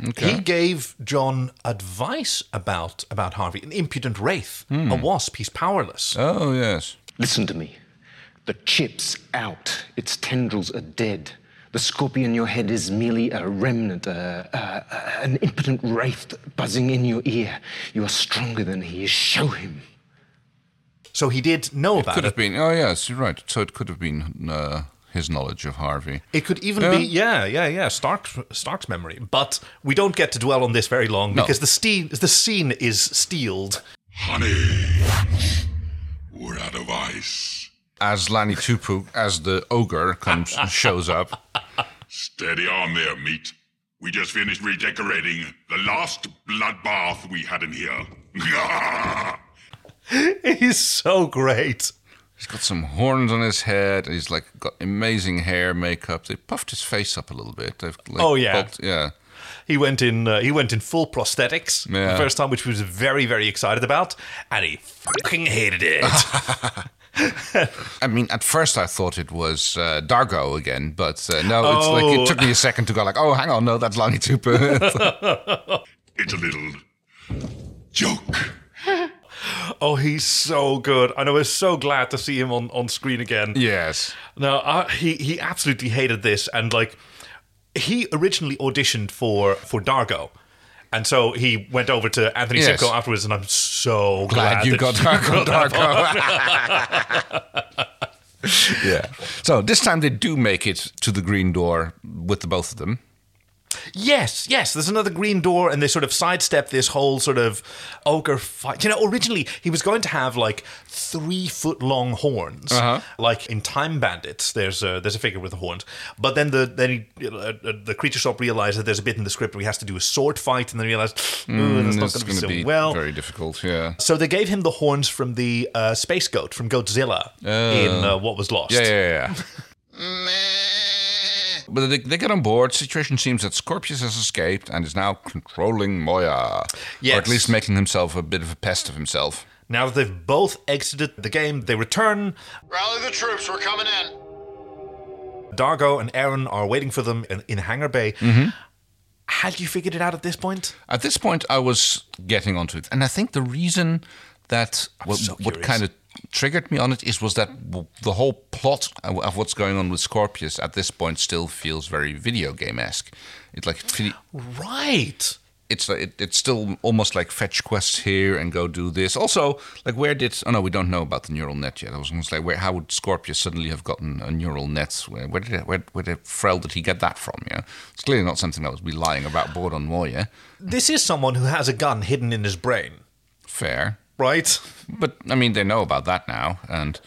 Okay.
He gave John advice about about Harvey, an impudent wraith,
Hmm.
a wasp. He's powerless.
Oh, yes.
Listen to me. The chip's out. Its tendrils are dead. The scorpion in your head is merely a remnant, a, a- a- an impotent wraith buzzing in your ear. You are stronger than he is. Show him.
So he did know
It
about
could
it.
have been, oh, yes, you're right. So it could have been uh, his knowledge of Harvey.
It could even
Yeah.
be yeah, yeah, yeah, Stark's Stark's memory. But we don't get to dwell on this very long
No.
because the scene the scene is steeled.
Honey, we're out of ice.
As Lani Tupu, as the ogre comes shows up.
Steady on there, meat. We just finished redecorating the last bloodbath we had in here.
It is so great.
He's got some horns on his head. and He's like got amazing hair, makeup. They puffed his face up a little bit. They've like
Oh, yeah.
bulked- yeah.
He went in uh, he went in full prosthetics
Yeah.
the first time, which he was very very excited about, and he fucking hated it.
I mean, at first I thought it was uh, Dargo again, but uh, no, it's like
Oh.
it took me a second to go like, oh, hang on, no, that's Lonnie Tupu.
it's a little
oh, he's so good, and I was so glad to see him on on screen again.
yes.
No, uh, he he absolutely hated this, and like he originally auditioned for for Dargo, and so he went over to Anthony
Yes.
Simcoe afterwards, and I'm so glad,
Glad you
that
got Darko,
that
Darko. yeah. So this time they do make it to the green door with the both of them.
Yes, yes. There's another green door, and they sort of sidestep this whole sort of ogre fight. You know, originally he was going to have like three foot long horns,
Uh-huh.
like in Time Bandits. There's a there's a figure with the horns, but then the then he, uh, uh, the creature shop realized that there's a bit in the script where he has to do a sword fight, and then realized "Ooh, that's not
it's
going to be
Mm, gonna
so well.
very difficult. Yeah.
so they gave him the horns from the uh, space goat from Godzilla in uh, What Was Lost.
Oh. Yeah, yeah, yeah. But they, they get on board. Situation seems that Scorpius has escaped and is now controlling Moya. Or at
Yes.
least making himself a bit of a pest of himself.
Now that they've both exited the game, they return.
Rally the troops, we're coming in.
Dargo and Aaron are waiting for them in, in Hangar Bay. Had you figured it out at this point?
At this point, I was getting onto it. And I think the reason that what,
so
what
curious.
kind of triggered me on it is was that w- the whole plot of of what's going on with Scorpius at this point still feels very video game esque. It's like fe-
Right.
it's like it, it's still almost like fetch quests here and go do this. Also, like where did oh no, we don't know about the neural net yet. I was almost like, where how would Scorpius suddenly have gotten a neural net? Where, where did it, where where did Frel did he get that from? Yeah, it's clearly not something that was be lying about board on war. Yeah,
This is someone who has a gun hidden in his brain.
fair,
right?
But I mean, they know about that now, and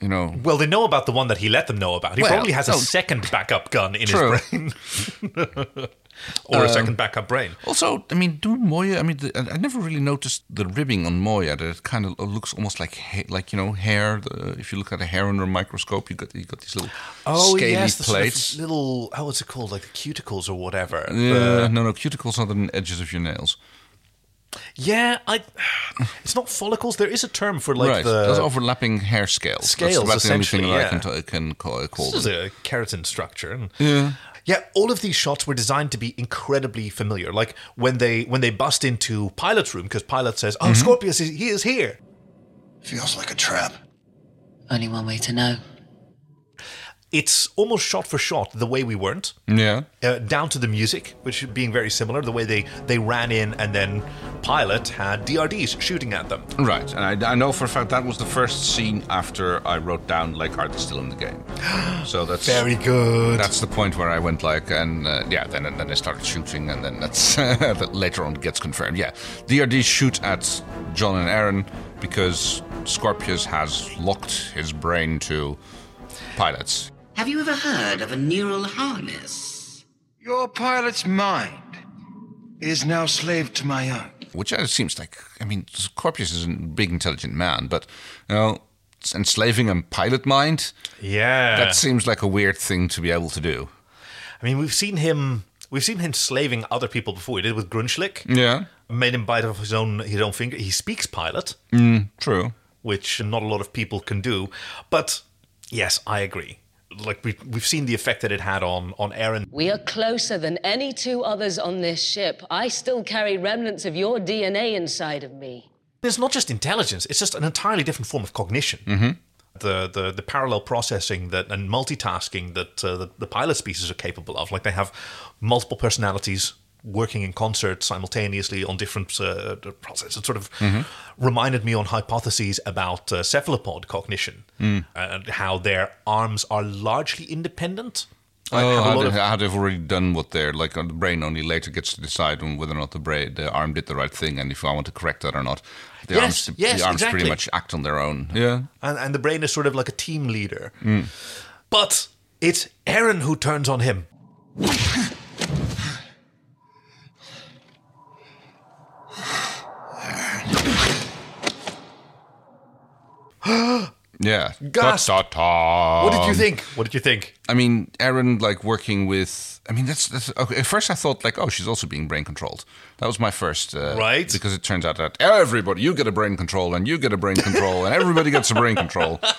you know,
Well, they know about the one that he let them know about. He
Well,
probably has a
no.
second backup gun in
True.
his brain. or
Um,
a second backup brain.
Also, I mean, do Moya? I mean, the, I I never really noticed the ribbing on Moya. That it kind of looks almost like, ha- like you know, hair. The, if you look at a hair under a microscope, you got you got these little scaly
Oh, the sort of
plates.
little, oh, what's it called? Like the cuticles or whatever.
yeah,
The-
no, no, cuticles are the edges of your nails.
yeah, I, it's not follicles. There is a term for like
right,
the.
those overlapping hair scales.
Scales,
That's about the only thing
essentially,
that I
yeah.
can, t- I can call, call
This is
them.
a keratin structure. and-
Yeah.
Yeah, all of these shots were designed to be incredibly familiar. Like when they when they bust into pilot's room because pilot says,
Mm-hmm.
"Oh, Scorpius, is, he is here."
Feels like a trap.
Only one way to know.
It's almost shot for shot the way we weren't.
Yeah.
Uh, down to the music, which being very similar, the way they, they ran in and then Pilot had DRDs shooting at them.
Right, and I, I know for a fact that was the first scene after I wrote down like art is still in the game. So that's
Very good.
That's the point where I went like, and uh, yeah, then and then I started shooting, and then that's that later on gets confirmed. Yeah, DRD shoot at John and Aaron because Scorpius has locked his brain to pilots.
Have you ever heard of a neural harness?
Your pilot's mind is now slave to my own.
which uh, seems like I mean Scorpius is a big intelligent man, but you know s- enslaving a pilot mind
Yeah.
that seems like a weird thing to be able to do.
I mean, we've seen him. We've seen him slaving other people before. We did it with Grunschlick.
Yeah.
Made him bite off his own his own finger. He speaks pilot,
Mm, true.
which not a lot of people can do. But yes, I agree. Like we we've seen the effect that it had on on Aaron.
We are closer than any two others on this ship. I still carry remnants of your DNA inside of me.
It's not just intelligence; it's just an entirely different form of cognition.
Mm-hmm.
The, the the parallel processing that and multitasking that uh, the, the pilot species are capable of. Like they have multiple personalities working in concert simultaneously on different uh, processes. It sort of
Mhm.
Mm-hmm.
reminded me on hypotheses about uh, cephalopod cognition
Mm.
and how their arms are largely independent. Like,
Oh,
have a
how,
lot
they,
of-
how they've already done what they're like. uh, The brain only later gets to decide on whether or not the brain, the arm did the right thing, and if I want to correct that or not. The
Yes,
arms,
yes,
the arms
exactly.
pretty much act on their own. Yeah.
and, and the brain is sort of like a team leader.
Mm.
But it's Aaron who turns on him.
Yeah.
Gasp.
Dot, dot, dot.
What did you think? Um, What did you think?
I mean, Erin like working with. I mean, that's, that's okay. At first, I thought like, oh, she's also being brain controlled. That was my first, uh,
Right.
Because it turns out that everybody, you get a brain control, and you get a brain control, and everybody gets a brain control.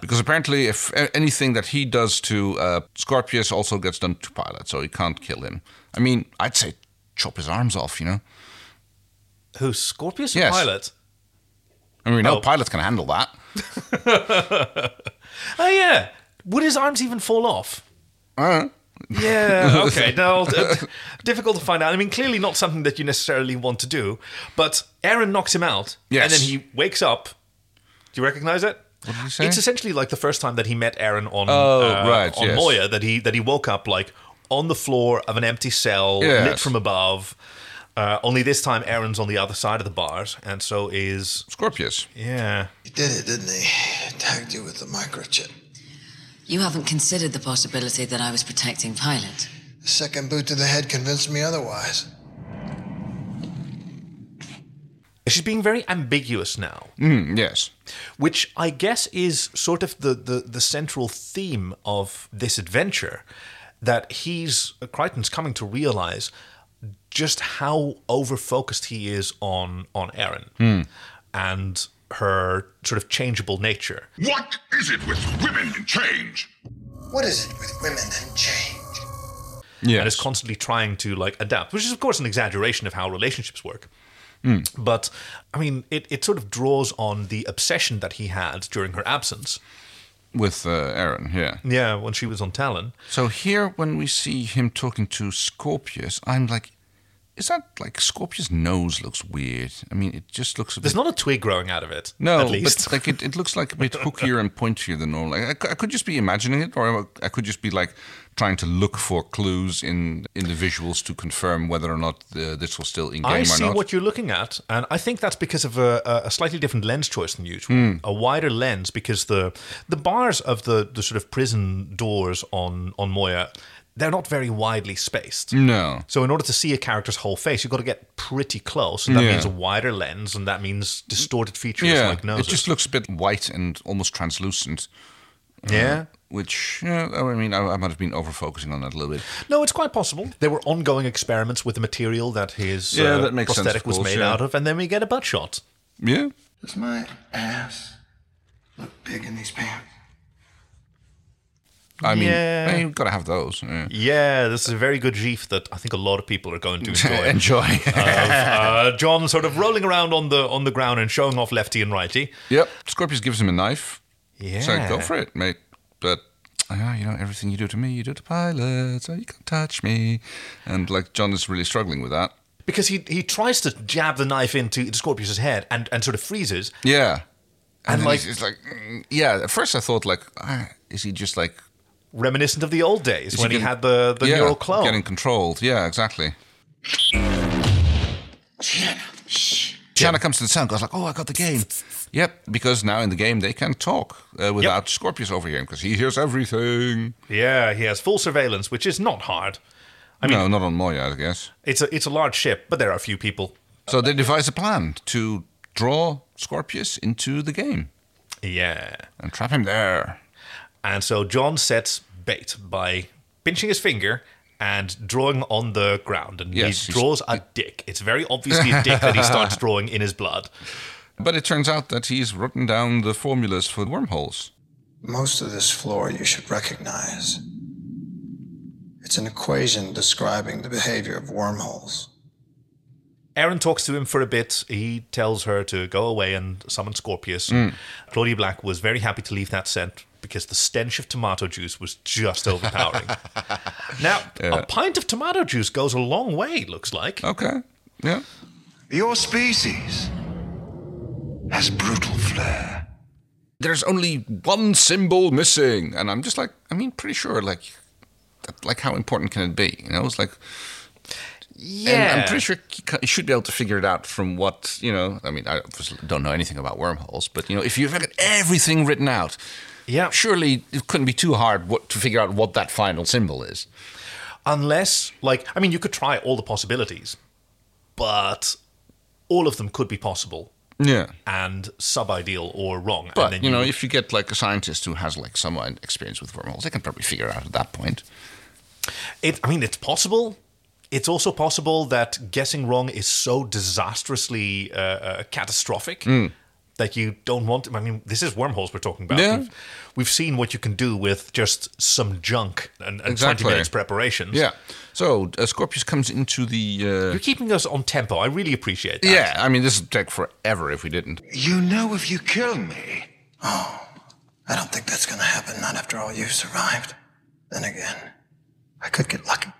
Because apparently, if a- anything that he does to uh, Scorpius also gets done to Pilot, so he can't kill him. I mean, I'd say chop his arms off, you know.
Who's Scorpius
Yes.
Pilot?
I mean, we know Pilot can handle that.
Oh yeah. Would his arms even fall off?
Uh,
Yeah. Okay. No. d- difficult to find out. I mean, clearly not something that you necessarily want to do. But Aaron knocks him out.
Yes.
And then he wakes up. Do you recognize it? What did you
say?
It's essentially like the first time that he met Aaron on
Oh,
uh,
right,
on
yes.
Moya that he that he woke up like on the floor of an empty cell lit
Yes.
from above. Uh, only this time, Aaron's on the other side of the bars, and so is
Scorpius.
Yeah.
He did it, didn't he? Tagged you with the microchip.
You haven't considered the possibility that I was protecting Pilot.
The second boot to the head convinced me otherwise.
She's being very ambiguous now.
Mm, yes.
Which I guess is sort of the, the, the central theme of this adventure that he's, Crichton's coming to realize just how over focused he is on, on Erin
Hmm.
and her sort of changeable nature.
What is it with women and change?
What is it with women and change?
And is constantly trying to like adapt, which is, of course, an exaggeration of how relationships work. But I mean, it, it sort of draws on the obsession that he had during her absence.
With uh, Aaron, yeah.
Yeah, when she was on Talon.
So here, when we see him talking to Scorpius, I'm like, is that like Scorpius' nose looks weird? I mean, it just looks a
There's
bit.
not a twig growing out of it.
no,
at least.
but like it, it looks like a bit hookier and pointier than normal. Like, I, cou- I could just be imagining it, or I could just be like trying to look for clues in in the visuals to confirm whether or not uh this was still in game
I
or
see
not.
what you're looking at, and I think that's because of a, a- a slightly different lens choice than usual,
Hmm.
a wider lens, because the the bars of the, the sort of prison doors on on Moya, they're not very widely
Hmm.
spaced.
no.
So in order to see a character's whole face, you've got to get pretty close, and that
Yeah.
means a wider lens, and that means distorted features
Yeah,
like noses.
it just looks a bit white and almost translucent. Uh,
Yeah.
which yeah, I mean, I, I might have been over focusing on that a little bit.
No, it's quite possible. There were ongoing experiments with the material that his
Yeah,
uh,
that makes sense,
prosthetic
of
was
course,
made
yeah.
out of, and then we get a butt shot.
Yeah.
Does my ass look big in these pants?
I mean,
Yeah.
you've got to have those. Yeah.
Yeah, this is a very good GIF that I think a lot of people are going to enjoy.
Enjoy.
of, uh, John sort of rolling around on the on the ground and showing off lefty and righty.
Yep. Scorpius gives him a knife.
Yeah.
So go for it, mate. But "Ah, you know, everything you do to me, you do to pilots. Oh, you can't touch me. And like John is really struggling with that.
Because he, he tries to jab the knife into Scorpius's head and, and sort of freezes.
Yeah. And,
And,
then
like-
he's, he's like, "Mm," yeah. At first, I thought like, ah, is he just like
reminiscent of the old days
is
when he
getting-
had the, the
yeah,
neural clone.
getting controlled? Yeah, exactly. Tiana comes to the sound, goes like, "Oh, I got the game." Yep, because now in the game they can talk uh, without Scorpius overhearing because he hears everything.
Yeah, he has full surveillance, which is not hard. I mean,
no, not on Moya, I guess.
It's a it's a large ship, but there are a few people.
So they devise a plan to draw Scorpius into the game.
Yeah.
And trap him there.
And so John sets bait by pinching his finger and drawing on the ground. And
Yes,
he
he's-
draws a dick. It's very obviously a dick that he starts drawing in his blood.
But it turns out that he's written down the formulas for wormholes.
Most of this floor you should recognize. It's an equation describing the behavior of wormholes.
Aaron talks to him for a bit. He tells her to go away and summon Scorpius.
Mm.
Claudia Black was very happy to leave that scent because the stench of tomato juice was just overpowering. now, a pint of tomato juice goes a long way, looks like.
Okay. Yeah.
Your species has brutal flair.
There's only one symbol missing, and I'm just like, I mean, pretty sure, like, that- like how important can it be? You know, it's like,
Yeah.
And I'm pretty sure you ca- you should be able to figure it out from what you know. I mean, I obviously don't know anything about wormholes, but you know, if you've got everything written out,
yeah,
surely it couldn't be too hard what, to figure out what that final symbol is.
Unless, like, I mean, you could try all the possibilities, but all of them could be possible
Yeah.
and sub ideal or wrong.
But
and then
you know, if you get like a scientist who has like some uh, experience with wormholes, they can probably figure it out at that point.
It, I mean, it's possible. It's also possible that guessing wrong is so disastrously uh, uh, catastrophic
Mm.
that you don't want. I mean, this is wormholes we're talking about.
Yeah.
We've, we've seen what you can do with just some junk and, and 20
Exactly.
minutes preparations.
Yeah. So uh, Scorpius comes into the. Uh,
You're keeping us on tempo. I really appreciate that.
yeah, I mean, this would take forever if we didn't.
You know if you kill me.
I don't think that's gonna happen, not after all you've survived. Then again, I could get lucky.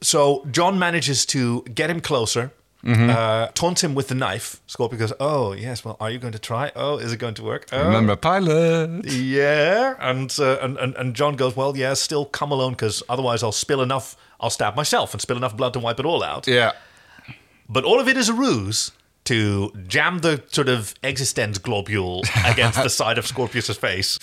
So John manages to get him closer,
Mm-hmm.
Mhm.
uh, taunt him with the knife. Scorpion goes, "Oh yes, well, are you going to try? Oh, is it going to work? Oh,
Remember, pilot.
yeah." And, uh, and and and John goes, "Well, yeah, still come alone, because otherwise I'll spill enough. I'll stab myself and spill enough blood to wipe it all out."
Yeah.
But all of it is a ruse to jam the sort of existence globule against the side of Scorpius's face.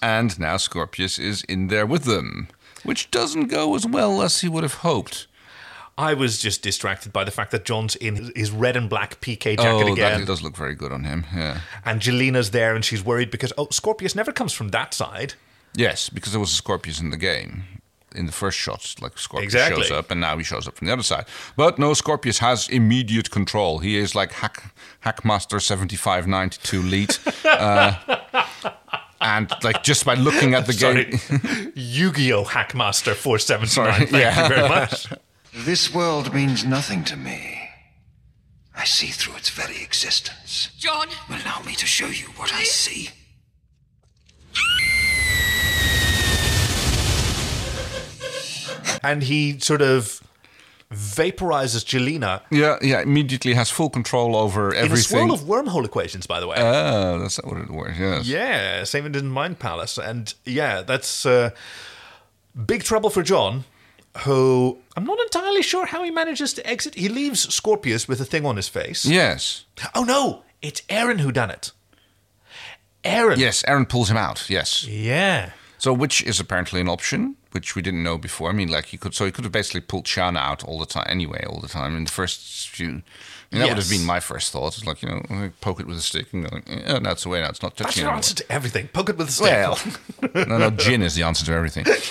And now Scorpius is in there with them, which doesn't go as well as he would have hoped.
I was just distracted by the fact that John's in his red and black PK jacket
oh,
again.
that does look very good on him. Yeah.
Angelina's there and she's worried because oh Scorpius never comes from that side.
Yes, because there was a Scorpius in the game. In the first shot, like Scorpius
Exactly.
shows up, and now he shows up from the other side. But no, Scorpius has immediate control. He is like hack hackmaster seventy five ninety two lead, uh, and like just by looking at the game,
Yu-Gi-Oh! Hackmaster 479.
Sorry,
Thank
yeah.
you very much.
This world means nothing to me. I see through its very existence.
John,
Allow me to show you what I see.
And he sort of vaporizes Jelena
yeah, yeah, immediately has full control over
in a
everything.
swirl of wormhole equations, by the way.
oh, that's what it was. Yes.
yeah, same in Mind Palace. And yeah, that's uh, big trouble for John, who I'm not entirely sure how he manages to exit. He leaves Scorpius with a thing on his face.
Yes.
Oh no, it's Aaron who done it. Aaron.
Yes, Aaron pulls him out. Yes.
Yeah.
So, which is apparently an option, which we didn't know before. I mean, like you could, so you could have basically pulled Chana out all the time, anyway, all the time in the first few. I mean, that would have
Yes.
been my first thought. It's like you know, like, poke it with a stick and go, like, eh, oh, no, it's away now. It's not touching.
That's your
anymore."
answer to everything. Poke it with a stick.
Well, no, no, gin is the answer to everything.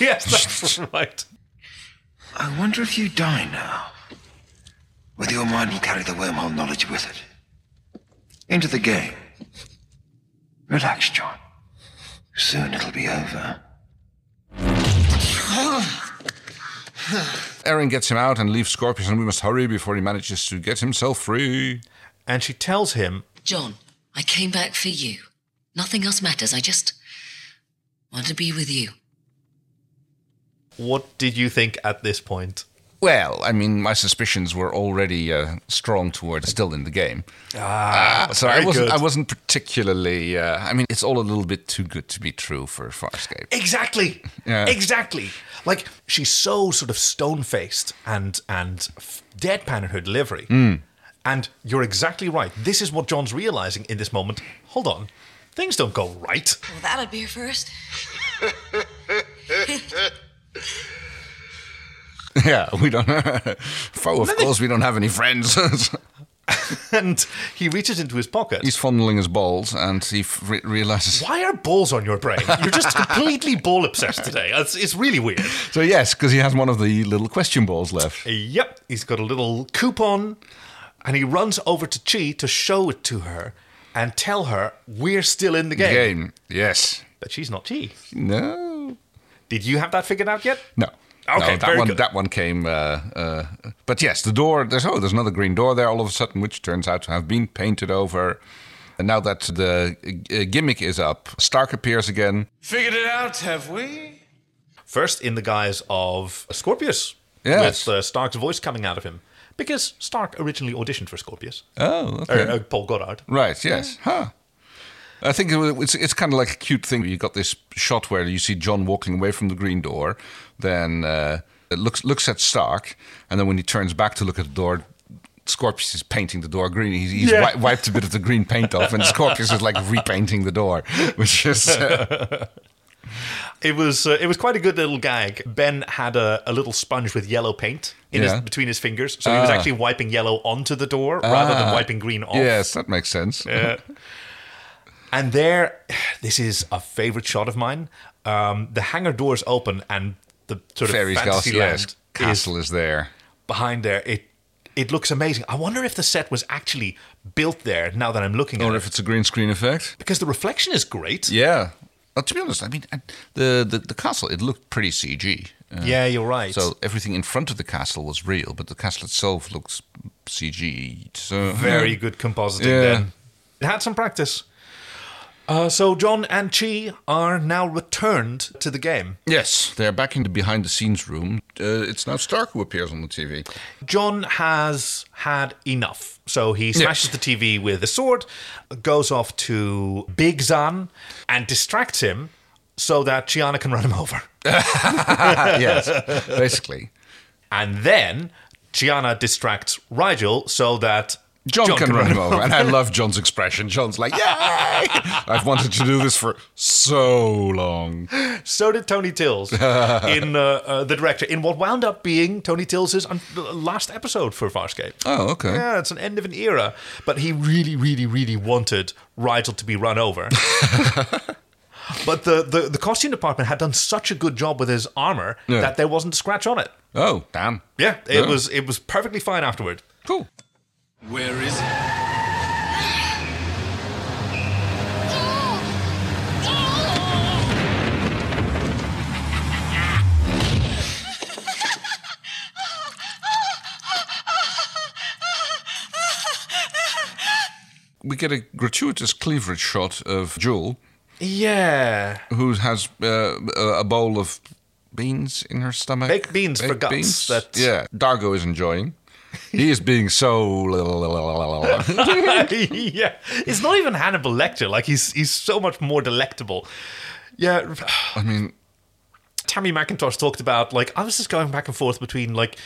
yes, that's right.
I wonder if you die now. Whether your mind will carry the wormhole knowledge with it. Into the game. Relax, John. Soon it'll be over.
Aaron gets him out and leaves Scorpius, and we must hurry before he manages to get himself free.
And she tells him,
John, I came back for you.
Nothing else matters. I just want to be with you.
What did you think at this point?
Well, I mean, my suspicions were already uh, strong toward still in the game.
Ah,
Uh, so I
very
wasn't.
good.
I wasn't particularly. Uh, I mean, it's all a little bit too good to be true for Farscape.
Exactly.
Yeah.
Exactly. Like she's so sort of stone faced and and f- deadpan in her delivery.
Hmm.
And you're exactly right. This is what John's realizing in this moment. Hold on, things don't go right.
Well, that'll be your first.
yeah, we don't. Foe, of course, we don't have any friends.
and he reaches into his pocket.
He's fondling his balls, and he f- re- realizes.
Why are balls on your brain? You're just completely ball obsessed today. It's, it's really weird.
So yes, because he has one of the little question balls left.
Yep, he's got a little coupon and he runs over to Chi to show it to her and tell her we're still in the game.
Game, yes.
But she's not Chi.
No.
Did you have that figured out yet?
No.
Okay,
No, that
very
one.
good.
That one came. Uh, uh, but yes, the door. There's oh, there's another green door there. All of a sudden, which turns out to have been painted over. And now that the uh, gimmick is up, Stark appears again.
Figured it out, have we?
First, in the guise of Scorpius,
Yes.
with uh, Stark's voice coming out of him. Because Stark originally auditioned for Scorpius.
Oh,
Or,
okay.
uh, Paul Goddard.
Right. Yes. Huh. I think it wa- it's it's kind of like a cute thing. You got this shot where you see John walking away from the green door, then uh, it looks looks at Stark, and then when he turns back to look at the door, Scorpius is painting the door green. He's, he's
Yeah.
wi- wiped a bit of the green paint off, and Scorpius is like repainting the door, which is. uh,
It was uh, it was quite a good little gag. Ben had a, a little sponge with yellow paint in
Yeah.
his, between his fingers, so he was
Ah.
actually wiping yellow onto the door rather than
ah,
wiping green off.
Yes, that makes sense.
Yeah. And there, this is a favorite shot of mine. Um, the hangar doors open, and the sort of
Fairy's
fantasy
castle, yes,
land
castle is there.
behind there. It it looks amazing. I wonder if the set was actually built there. Now that I'm looking at
Or
it,
if it's a green screen effect.
because the reflection is great.
Yeah. Well, to be honest, I mean, I- the, the, the castle, it looked pretty CG. Uh,
Yeah, you're right.
So everything in front of the castle was real, but the castle itself looks CG. So
Very good compositing. Then it had some practice. Uh, so John and Chi are now returned to the game.
Yes, they're back in the behind the scenes room. Uh, it's now Stark who appears on the TV.
John has had enough. So he smashes the TV with a sword, goes off to Big Zan, and distracts him so that Chiana can run him over.
Ah, yes, basically.
And then Chiana distracts Rigel so that
John, can run him over. And I love John's expression. John's like, yeah, I've wanted to do this for so long.
So did Tony Tills in uh, uh, the director in what wound up being Tony Tills' un- uh, last episode for Farscape.
Oh, okay.
Yeah, it's an end of an era. But he really, really, really wanted Rigel to be run over. but the, the, the costume department had done such a good job with his armor
Yeah.
that there wasn't a scratch on it.
Oh, damn.
Yeah, it
Oh.
was it was perfectly fine afterward.
Cool.
Where is it?
We get a gratuitous cleavage shot of Jewel.
Yeah.
who has uh, a bowl of beans in her stomach.
Baked beans for guts. That-
yeah, Dargo is enjoying. He is being so.
yeah. It's not even Hannibal Lecter. Like he's he's so much more delectable. Yeah.
I mean
Tammy McIntosh talked about like I was just going back and forth between like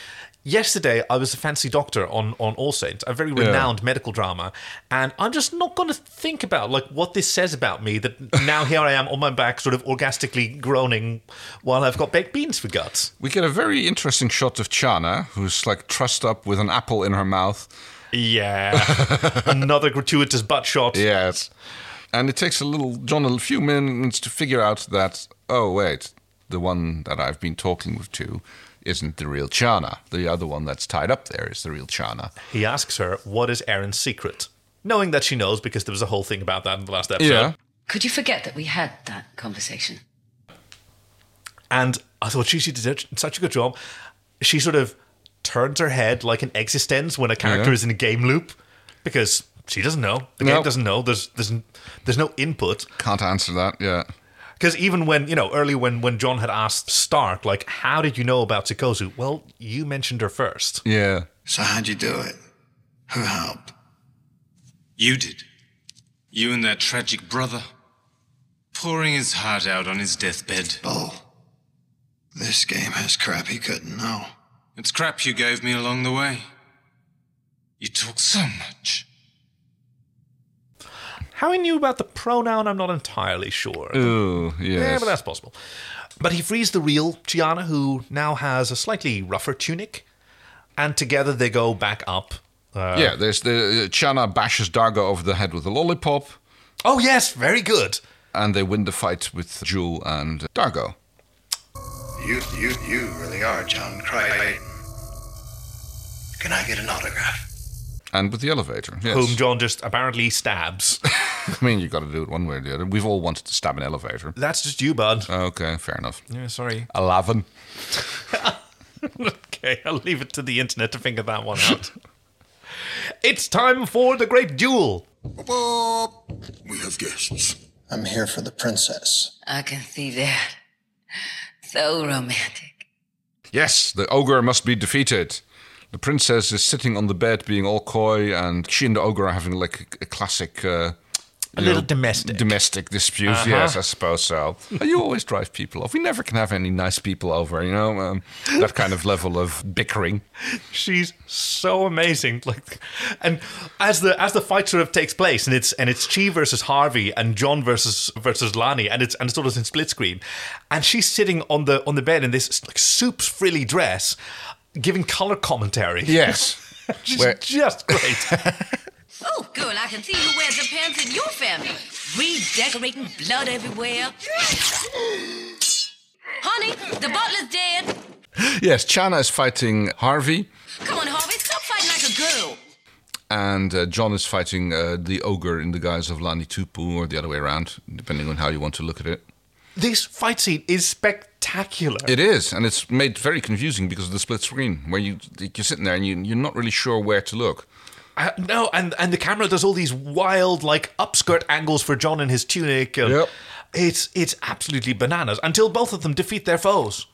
yesterday I was a fancy doctor on on All Saints, a very
Yeah.
renowned medical drama, and I'm just not going to think about like what this says about me that now here I am on my back sort of orgastically groaning while I've got baked beans for guts.
we get a very interesting shot of Chana, who's like trussed up with an apple in her mouth.
Yeah. Another gratuitous butt shot.
Yes. And it takes a little John a few minutes to figure out that oh wait, the one that I've been talking with to isn't the real Chana. The other one that's tied up there is the real Chana.
He asks her, "What is Aaron's secret?" Knowing that she knows because there was a whole thing about that in the last episode.
Could you forget that we had that conversation?
And I thought she, she did such- such a good job. She sort of turns her head like an existence when a character
Yeah.
is in a game loop because She doesn't know. The game
Nope.
doesn't know. There's there's there's no input.
Can't answer that. Yeah.
Because even when you know early when when John had asked Stark like how did you know about Sikozu? Well, you mentioned her first.
Yeah.
So how'd you do it? Who helped?
You did. You and that tragic brother. Pouring his heart out on his deathbed.
Bull. This game has crap he couldn't know.
It's crap you gave me along the way. You talk so much.
How he knew about the pronoun, I'm not entirely sure.
Ooh,
Yeah,
yes.
but that's possible. But he frees the real Chiana, who now has a slightly rougher tunic, and together they go back up. Uh,
yeah. There's the uh, Chana bashes Daga over the head with a lollipop,
Oh yes, very good.
and they win the fight with Jewel and Dago.
You, you, you really are John Crichton. Can I get an autograph?
And with the elevator. Yes.
Whom John just apparently stabs.
I mean, you got to do it one way or the other. We've all wanted to stab an elevator.
That's just you, bud.
Okay, fair enough.
yeah, sorry.
Eleven.
okay, I'll leave it to the internet to figure that one out. it's time for the great duel.
We have guests. I'm here for the princess.
I can see that. So romantic.
Yes, the ogre must be defeated. The princess is sitting on the bed, being all coy, and she and the ogre are having like a, a classic. Uh,
A
you
little domestic.
domestic dispute.
Uh-huh.
Yes, I suppose so. you always drive people off. We never can have any nice people over. You know um, that kind of level of bickering.
She's so amazing. Like, and as the as the fight sort of takes place, and it's and it's Chi versus Harvey, and John versus versus Lani, and it's and it's sort of in split screen, and she's sitting on the on the bed in this like soups frilly dress, giving color commentary.
Yes.
she's
Where-
just great.
Oh, girl, I can see who wears the pants in your family. Redecorating blood everywhere. Honey, the butler's dead.
Yes, Chana is fighting Harvey,
Come on, Harvey, stop fighting like a girl.
and uh, John is fighting uh, the ogre in the guise of Lani Tupu, or the other way around, depending on how you want to look at it.
this fight scene is spectacular.
It is, and it's made very confusing because of the split screen, where you you're sitting there and you, you're not really sure where to look.
Uh, no, and and the camera does all these wild like upskirt angles for John in his tunic. And It's it's absolutely bananas until both of them defeat their foes.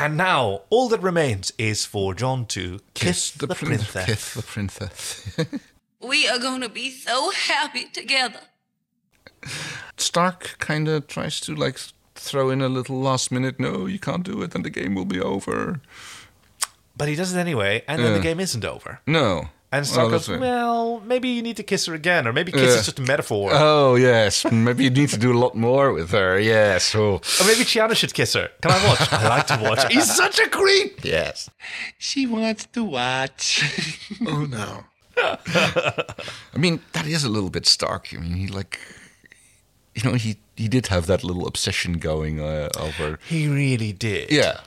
And now all that remains is for John to kiss, the,
prin-
princess.
Kiss the princess.
We are going to be so happy together.
Stark kind of tries to like throw in a little last minute. No, you can't do it, and the game will be over.
But he does it anyway, and then the
Yeah.
game isn't over.
No,
And Stark
Oh,
goes,
that's right.
well, maybe you need to kiss her again, or maybe kiss
Yeah.
is just a metaphor.
Oh yes, maybe you need to do a lot more with her. Yes. Oh.
or maybe Chiana should kiss her. Can I watch? I like to watch. He's such a creep.
Yes.
She wants to watch.
Oh no.
I mean, that is a little bit Stark. I mean, he like, you know, he he did have that little obsession going uh, over.
He really did.
Yeah.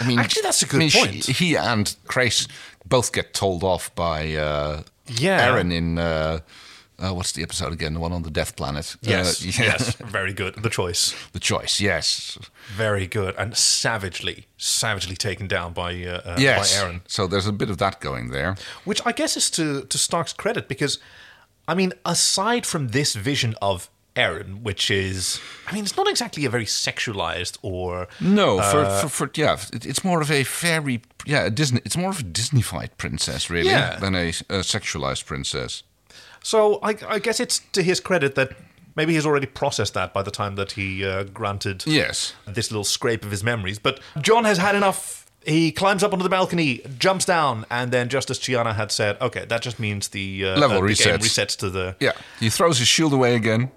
I mean,
Actually, that's a good
I mean, she-
point.
he and Grace both get told off by uh,
Yeah.
Aaron in uh, uh, what's the episode again? The one on the Death Planet.
Yes.
Uh, yeah.
Yes. Very good. The choice.
the choice. Yes.
Very good and savagely, savagely taken down by uh, uh,
yes.
by Aaron,
So there's a bit of that going there.
which I guess is to to Stark's credit because, I mean, aside from this vision of Aaron, which is, I mean, it's not exactly a very sexualized or
No,
uh,
for, for for yeah, it, it's more of a fairy. Yeah, a Disney. It's more of a Disneyfied princess, really,
Yeah.
than a, a sexualized princess.
so I, I guess it's to his credit that maybe he's already processed that by the time that he uh, granted
Yes.
this little scrape of his memories. But John has had enough. He climbs up onto the balcony, jumps down, and then just as Chiana had said, okay, that just means the uh,
Level
uh, the game
resets.
resets to the
Yeah, he throws his shield away again.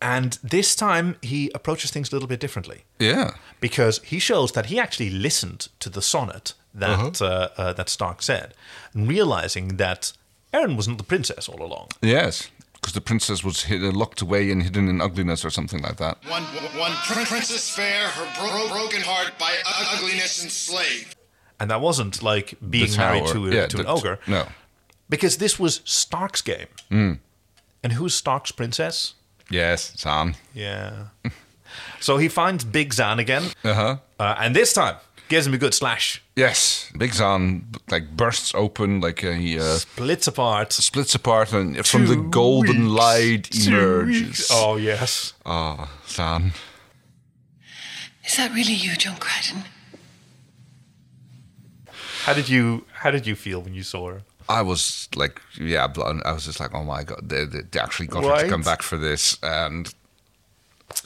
And this time he approaches things a little bit differently
Yeah.
because he shows that he actually listened to the sonnet that
Uh-huh.
uh uh, that Stark said, and realizing that Aaron wasn't the princess all along.
Yes. Because the princess was hid, locked away and hidden in ugliness or something like that.
One, one pr- princess fair, her bro- broken heart by u- ugliness enslaved.
And that wasn't like being
The
married
tower.
to, a,
Yeah,
to
the-
an ogre,
No. Hmm.
because this was Stark's game. And who's Stark's princess?
Yes, Sam.
Yeah. so he finds Big Zan again,
Uh huh.
uh, and this time Gives him a good slash.
Yes, Big Zan like bursts open, like uh, he uh,
splits apart,
splits apart, and from the golden light emerges.
Oh yes.
Ah, Zan.
Is that really you, John Crichton?
How did you How did you feel when you saw her?
I was like, yeah, blown. I was just like, oh my god, they, they, they actually got her
Right.
to come back for this, and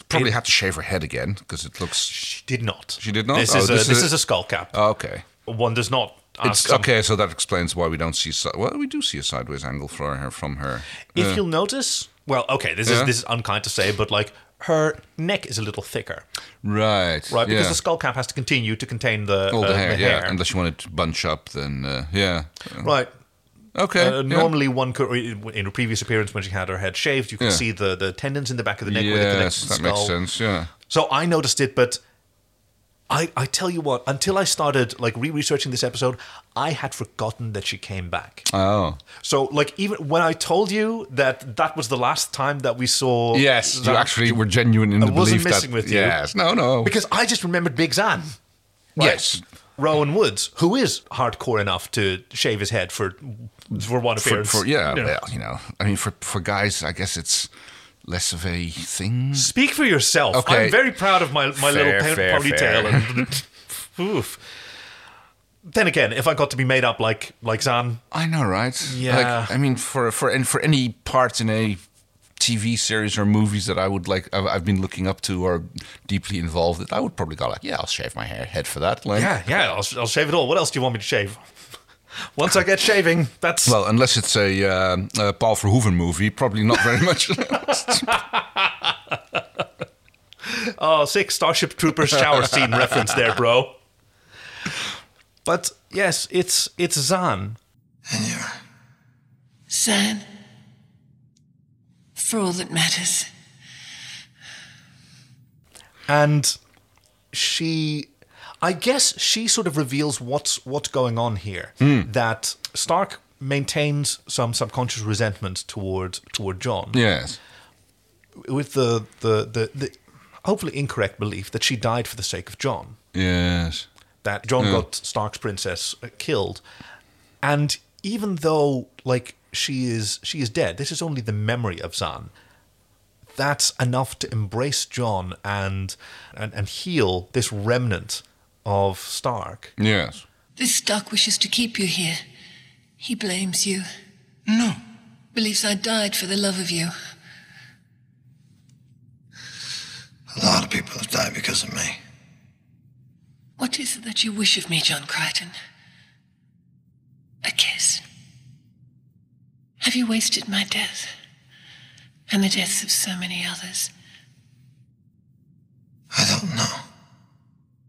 probably had to shave her head again because it looks. She
did not.
She did not.
This
Oh,
is a, this is a skull cap.
Oh, okay.
One does not ask.
It's,
some-
okay, so that explains why we don't see. si- Well, we do see a sideways angle for her from her.
If
Yeah.
you'll notice, well, okay, this
Yeah.
is this is unkind to say, but like her neck is a little thicker,
right,
right? Because
yeah.
the skull cap has to continue to contain the,
all
uh,
the hair, yeah. Unless you want it to bunch up, then uh, yeah.
Right.
Okay, yeah.
Uh, Normally, one could in her previous appearance when she had her head shaved, you could
Yeah.
see the, the tendons in the back of the neck where they connect
Yes,
to the
that makes
skull.
sense. Yeah.
So I noticed it, but I I tell you what, until I started like re-researching this episode, I had forgotten that she came back.
Oh.
So like even when I told you that that was the last time that we saw,
Yes, you
that-
actually were genuine in the
I wasn't
belief
messing
that.
with you.
Yes, no, no.
Because I just remembered Big Zan.
Yes.
Rowan Woods, who is hardcore enough to shave his head for for one
for,
appearance.
for- yeah, well, you know, I mean, for for guys, I guess it's less of a thing.
Speak for yourself.
Okay.
I'm very proud of my my
Fair,
little pe-
fair,
ponytail. And, oof. Then again, if I got to be made up like like Zan,
I know, right?
Yeah.
Like, I mean, for for and for any part in a TV series or movies that I would like, I've, I've been looking up to or deeply involved in, I would probably go like, yeah, I'll shave my hair, head for that. Like,
yeah, yeah, I'll, I'll shave it all. What else do you want me to shave? Once I get shaving, that's
Well, unless it's a, uh, a Paul Verhoeven movie, probably not very much.
Oh, sick Starship Troopers shower scene reference there, bro. But yes, it's it's Zan.
Zan, for all that matters.
And she I guess she sort of reveals what's what's going on here. That Stark maintains some subconscious resentment toward toward John.
yes.
With the the, the, the hopefully incorrect belief that she died for the sake of John.
Yes.
that John
Yeah.
got Stark's princess uh, killed, and even though like she is she is dead, this is only the memory of Zan. That's enough to embrace John and and, and heal this remnant of Stark.
Yes.
This Stark wishes to keep you here. He blames you. No. Believes I died for the love of you.
A lot of people have died because of me.
What is it that you wish of me, John Crichton? A kiss. Have you wasted my death? And the deaths of so many others?
I don't know.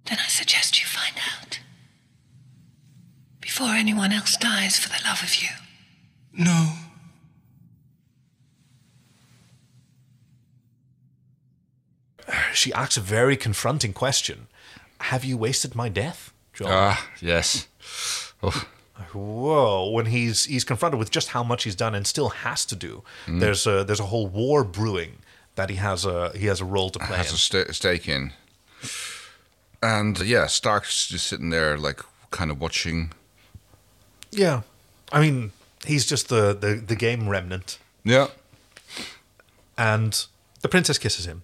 Then I suggest you find out. Before anyone else dies for the love of you.
No.
She asks a very confronting question: Have you wasted my death, John?
Ah, yes. Oh,
Whoa! When he's he's confronted with just how much he's done and still has to do,
Mm.
there's a there's a whole war brewing that he has a he has a role to play.
has
in.
a sta stake in. And yeah, Stark's just sitting there, like, kind of watching.
Yeah, I mean, he's just the the, the game remnant,
Yeah.
and the princess kisses him.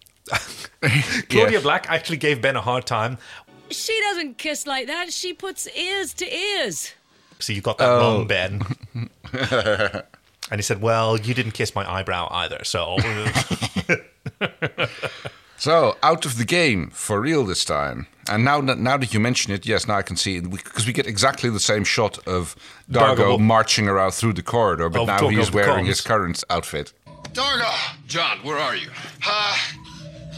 Claudia Black actually gave Ben a hard time.
She doesn't kiss like that. She puts ears to ears.
So you got that
Oh.
wrong, Ben. and he said, "Well, you didn't kiss my eyebrow either." So
So out of the game for real this time. And now, that now that you mention it, yes, now I can see because we, get exactly the same shot of Dargo
Dargo.
marching around through the corridor, but
Of
now
Talk
he's
of the
wearing
Cons.
his current outfit.
Dargo!
John, where are you?
Uh,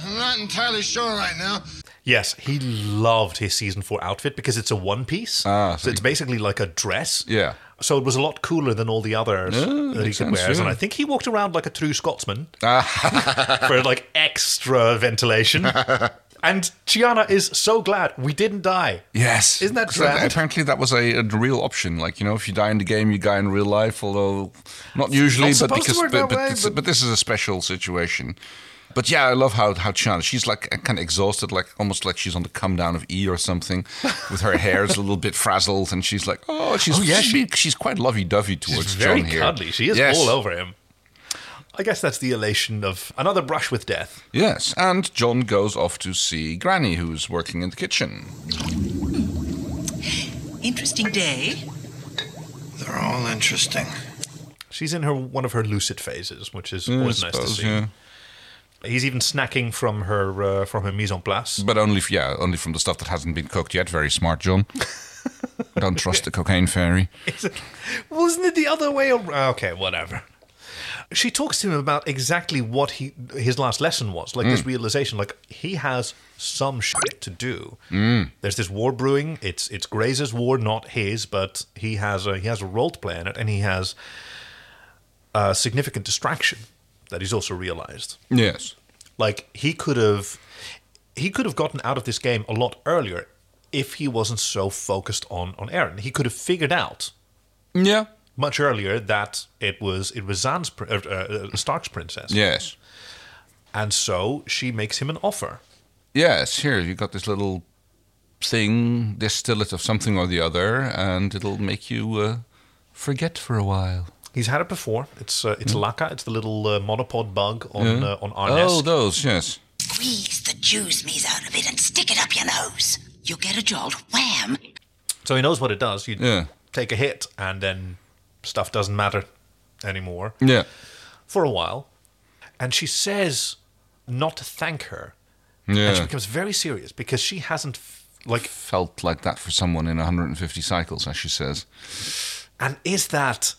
I'm not entirely sure right now.
yes, he loved his season four outfit because it's a one piece. so, it's basically like a dress.
Ah, Yeah.
So it was a lot cooler than all the others
Yeah,
that he
makes
could
sense,
wear. And
yeah. Ah.
I think he walked around like a true Scotsman for like extra ventilation. and Chiana is so glad we didn't die.
Yes.
Isn't that
'Cause that-
grand?
apparently, that was a, a real option. Like, you know, if you die in the game, you die in real life, although not usually,
not
but
supposed to
because
work
but,
that
but
way,
it's-
but-
but this is a special situation. But yeah, I love how how Chan. She's like kind of exhausted, like almost like she's on the come down of E or something, with her hair's a little bit frazzled, and she's like, oh, she's
Oh, yeah,
she's,
she-
being- she's quite lovey dovey towards
She's very
John here.
cuddly. She is
Yes.
all over him. I guess that's the elation of another brush with death.
Yes, and John goes off to see Granny, who's working in the kitchen.
Interesting day.
They're all interesting.
She's in her one of her lucid phases, which is
Yeah,
always
I
nice
suppose,
to see.
yeah.
He's even snacking from her uh, from her mise en place.
But only, f- yeah, only from the stuff that hasn't been cooked yet. Very smart, John. Don't trust the cocaine fairy.
Wasn't it the other way around? Okay, whatever. She talks to him about exactly what he his last lesson was, like this
Mm.
realization, like he has some shit to do.
Mm.
There's this war brewing. It's it's Grace's war, not his, but he has a he has a role to play in it, and he has a significant distraction that he's also realized.
Yes.
Like he could have he could have gotten out of this game a lot earlier if he wasn't so focused on on Aaron. He could have figured out
yeah
much earlier that it was it was Zan's pr- uh, uh, Stark's princess.
Yes.
And so she makes him an offer.
Yes, here, you got this little thing, distill it of something or the other, and it'll make you uh, forget for a while.
He's had it before. It's uh, it's Laka. It's the little uh, monopod bug on
Hmm. Yeah.
uh, on Arnes.
Oh, those, yes.
Squeeze the Jew's knees out of it and stick it up your nose. You'll get a jolt. Wham!
So he knows what it does. You
Yeah.
take a hit, and then stuff doesn't matter anymore
Yeah.
for a while. And she says not to thank her, and she
Yeah.
becomes very serious because she hasn't. F- like
felt like that for someone in 150 cycles, as she says.
and is that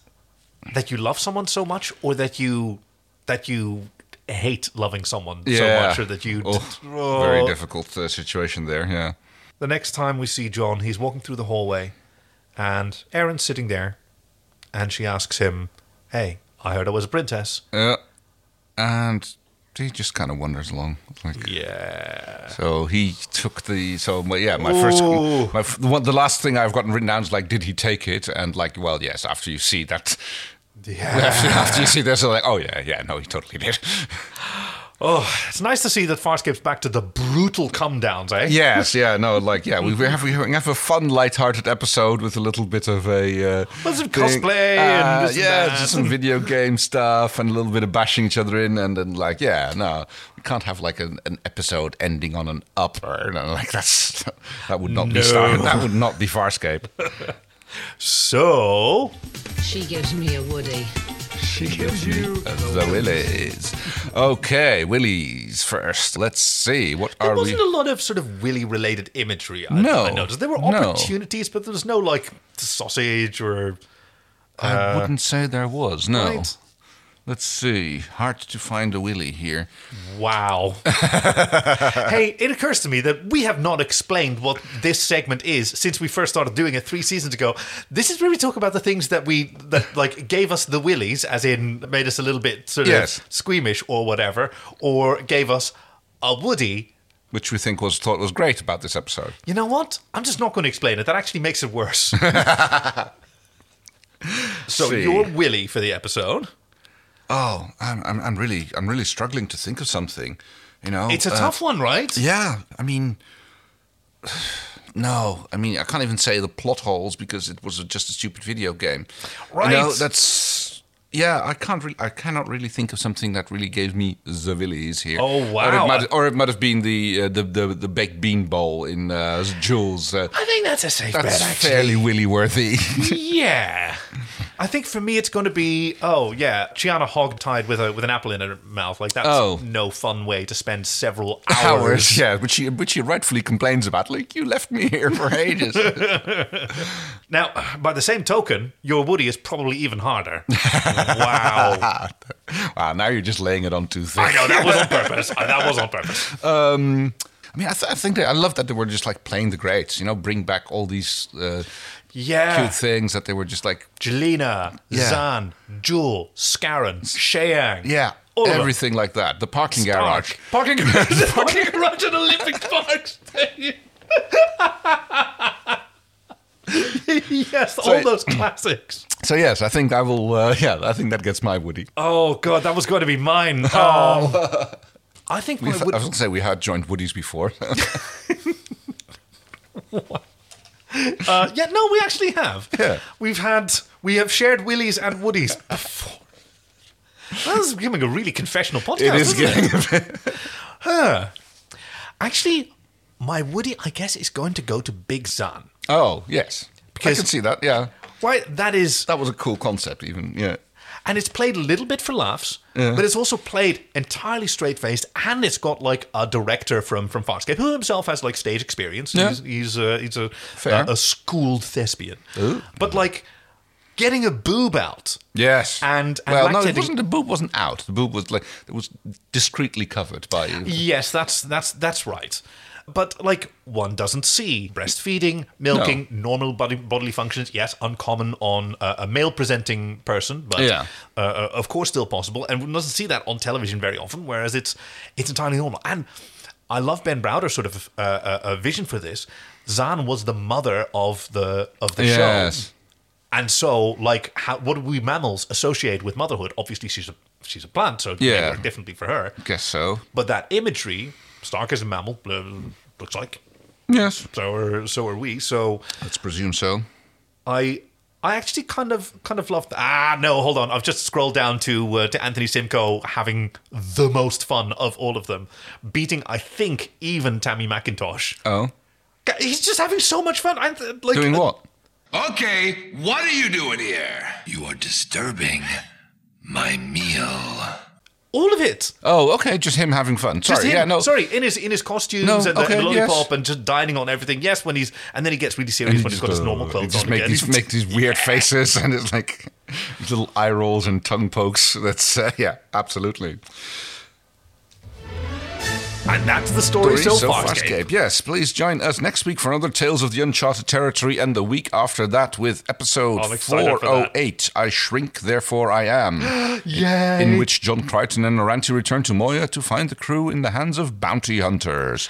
that you love someone so much, or that you that you hate loving someone so much, or that you
Oh, very
Oh.
difficult uh, situation there. Yeah.
The next time we see John, he's walking through the hallway, and Erin's sitting there, and she asks him, "Hey, I heard I was a princess."
Yeah. And he just kind of wanders along. Like,
yeah.
So he took the. So my, yeah, my first.
Ooh.
My, f- the one, the last thing I've gotten written down is like, did he take it? And like, well, yes. After you see that. After, after you see this, like, oh yeah, yeah, no, he totally did.
Oh, it's nice to see that Farscape's back to the brutal come downs, eh?
yes, yeah, no, like, yeah, we, we have we have a fun, light-hearted episode with a little bit of a. Uh,
Well, some
thing.
cosplay
Uh,
and this and
yeah,
that.
just some video game stuff and a little bit of bashing each other in, and then like, yeah, no, we can't have like an, an episode ending on an upper. No, like that's that would not be Star,
No.
that would not be Farscape.
so
She gives me a Woody.
she gives you the willies. Okay, willies first. Let's see what
There
are we?
wasn't a lot of sort of Willy related imagery. I,
No,
I noticed there were
no.
opportunities, but there was no like sausage or.
I
uh,
wouldn't say there was. No.
right.
Let's see. Hard to find a willy here.
Wow. hey, it occurs to me that we have not explained what this segment is since we first started doing it three seasons ago. This is where we talk about the things that we that like gave us the willies, as in made us a little bit sort
Yes.
of squeamish or whatever, or gave us a woody.
Which we think was thought was great about this episode.
You know what? I'm just not going to explain it. That actually makes it worse. so
See.
your willy for the episode.
Oh, I'm, I'm, I'm really I'm really struggling to think of something. You know,
It's a
uh,
tough one, right?
Yeah, I mean, no, I mean I can't even say the plot holes because it was just a stupid video game.
Right.
You know, that's yeah. I can't. Re- I cannot really think of something that really gave me the willies here.
Oh,
Or
wow.
it might, or it might have been the, uh, the the the baked bean bowl in uh, Jules. Uh,
I think that's a safe
that's
bet. Actually.
fairly willy worthy.
yeah. I think for me it's going to be oh yeah, Chiana hog tied with a with an apple in her mouth like that's
Oh.
no fun way to spend several
Hours,
hours.
yeah, which she which she rightfully complains about. Like you left me here for ages.
now, by the same token, your Woody is probably even harder. wow.
wow, Ah, now you're just laying it on too thick.
I know that was on purpose. Uh, That was on purpose.
Um, I mean, I, th- I think that I love that they were just like playing the greats, you know, bring back all these uh,
Yeah.
cute things that they were just like,
Jelena,
Yeah.
Zan, Jewel, Scaran, Sheyang.
yeah,
All of them.
everything like that. The parking garage.
Parking garage. parking garage at Olympic Park Stadium. yes, all those classics.
So yes, I think I will. Uh, yeah, I think that gets my Woody.
Oh god, that was going to be mine. Um, I think
We
my
th-
wood-
I was going to say we had joint woodies before.
uh, yeah, no, we actually have.
Yeah.
We've had, we have shared Willies and Woodies before. Well, this is becoming a really confessional podcast.
It is
isn't
getting
it? Huh. Actually, my Woody, I guess, is going to go to Big Zan.
oh yes, I can see that. Yeah,
Why? That is
that was a cool concept. Even yeah,
And it's played a little bit for laughs,
Yeah.
but it's also played entirely straight faced, and it's got like a director from from Farscape who himself has like stage experience.
Yeah.
He's he's a, he's a
Fair.
a schooled thespian, but like getting a boob out.
yes.
And, and
well, no, it
lactating-
wasn't. The boob wasn't out. The boob was like it was discreetly covered by.
Yes, that's that's that's right. But like one doesn't see breastfeeding, milking, normal body, bodily functions. Yes, uncommon on uh, a male-presenting person, but
Yeah.
uh, uh, of course still possible. And one doesn't see that on television very often. Whereas it's it's entirely normal. And I love Ben Browder's sort of uh, uh, uh, vision for this. Zan was the mother of the of the show.
Yes.
And so, like, how, what do we mammals associate with motherhood? Obviously, she's a she's a plant, so it may
Yeah.
work differently for her.
Guess so.
But that imagery, Stark is a mammal, blah, looks like.
Yes.
So are so are we. So
let's presume so.
I I actually kind of kind of loved. Ah, no, hold on. I've just scrolled down to uh, to Anthony Simcoe having the most fun of all of them, beating I think even Tammy McIntosh.
Oh,
G- He's just having so much fun. I, th- like
doing what?
Okay, what are you doing here? You are disturbing my meal.
all of it.
Oh, okay, just him having fun. Sorry,
Just him,
yeah, no,
sorry, in his in his costumes
No,
and, the,
okay,
and the
yes.
lollipop and just dining on everything. Yes, when he's and then he gets really serious
And he
when he's
just
got his
go-
normal
he
clothes
just
on
make
again.
These, make these weird faces, and it's like little eye rolls and tongue pokes. That's uh, yeah, absolutely.
And that's the story, so, far. Escape.
Farscape. Yes, please join us next week for another Tales of the Uncharted Territory, and the week after that with episode
I'm excited for that.
408 I Shrink, Therefore I Am.
Yay.
In which John Crichton and Aranti return to Moya to find the crew in the hands of bounty hunters.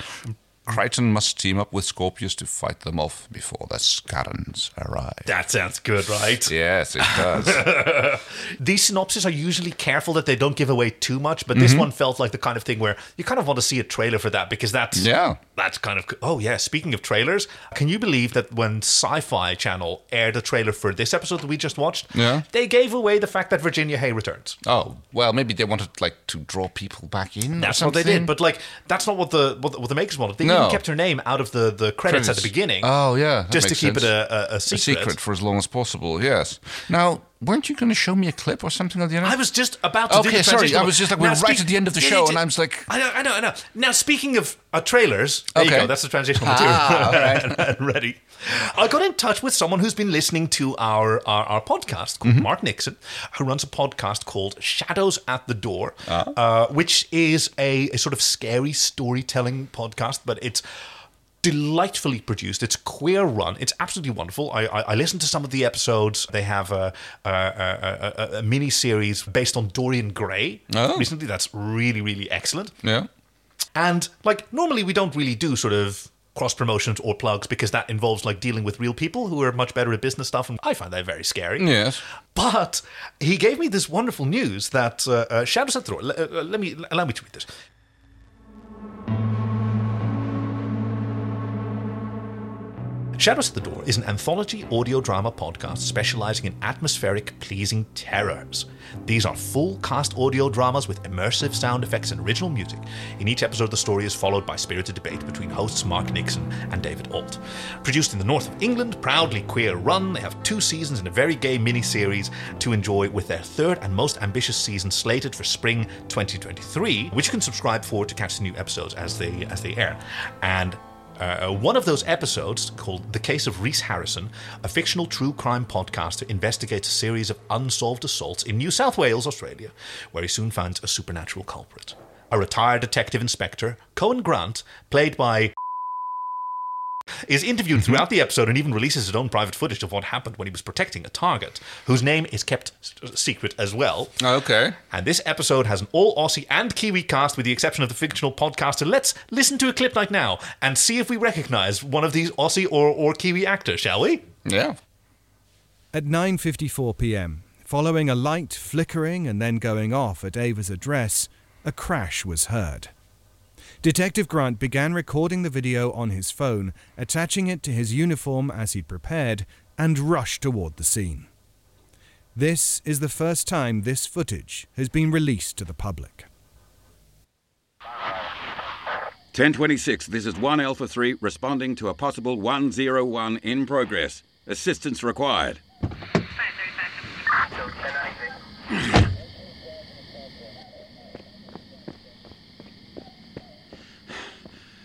Crichton must team up with Scorpius to fight them off before the Scarrans arrive.
That sounds good, right?
Yes, it does.
These synopses are usually careful that they don't give away too much, but this
Mhm.
one felt like the kind of thing where you kind of want to see a trailer for that because that's
Yeah.
that's kind of oh yeah. Speaking of trailers, can you believe that when Sci-Fi Channel aired a trailer for this episode that we just watched,
Yeah.
they gave away the fact that Virginia Hay returns.
Oh, well, maybe they wanted like to draw people back in.
That's
or
what they
something.
did, but like that's not what the what the, what the makers wanted. They
No.
even kept her name out of the, the credits, at the beginning.
Oh, yeah. that
just to
makes
keep it
sense.
a, a, a
A secret for as long as possible, yes. Now, weren't you going to show me a clip or something of the end?
I was just about to do
Okay,
the
sorry.
transition.
I was just like,
Now
we're right
speak-
at the end of the
Yeah,
show,
yeah,
and I'm just like,
I know, I know, I know. Now, speaking of uh, trailers, there you
Okay.
go. That's the transitional material.
Ah,
Ready. I got in touch with someone who's been listening to our our, our podcast
Mm-hmm.
called Mark Nixon, who runs a podcast called Shadows at the Door,
Ah.
uh, which is a, a sort of scary storytelling podcast, but it's delightfully produced it's queer run it's absolutely wonderful i i, I listened to some of the episodes they have a a, a, a, a mini series based on dorian gray
Oh.
recently that's really really excellent
yeah.
and like normally we don't really do sort of cross promotions or plugs because that involves like dealing with real people who are much better at business stuff, and I find that very scary.
Yes.
But he gave me this wonderful news that uh, uh, Shadows at the Door. Let, uh, let me allow me to read this. Shadows at the Door is an anthology audio drama podcast specializing in atmospheric, pleasing terrors. These are full cast audio dramas with immersive sound effects and original music. In each episode, the story is followed by spirited debate between hosts Mark Nixon and David Alt. Produced in the north of England, proudly queer run, they have two seasons and a very gay miniseries to enjoy with their third and most ambitious season slated for spring 2023, which you can subscribe for to catch the new episodes as they as they air. And uh, one of those episodes, called The Case of Reese Harrison, a fictional true crime podcaster investigates a series of unsolved assaults in New South Wales, Australia, where he soon finds a supernatural culprit. A retired detective inspector, Cohen Grant, played by is interviewed throughout the episode and even releases his own private footage of what happened when he was protecting a target, whose name is kept s- secret as well.
Okay.
And this episode has an all Aussie and Kiwi cast, with the exception of the fictional podcaster. Let's listen to a clip right now and see if we recognize one of these Aussie or, or Kiwi actors, shall we?
Yeah.
At 9:54 p.m., following a light flickering and then going off at Ava's address, a crash was heard. Detective Grant began recording the video on his phone, attaching it to his uniform as he'd prepared, and rushed toward the scene. This is the first time this footage has been released to the public.
1026, this is 1 Alpha 3 responding to a possible 101 in progress. Assistance required.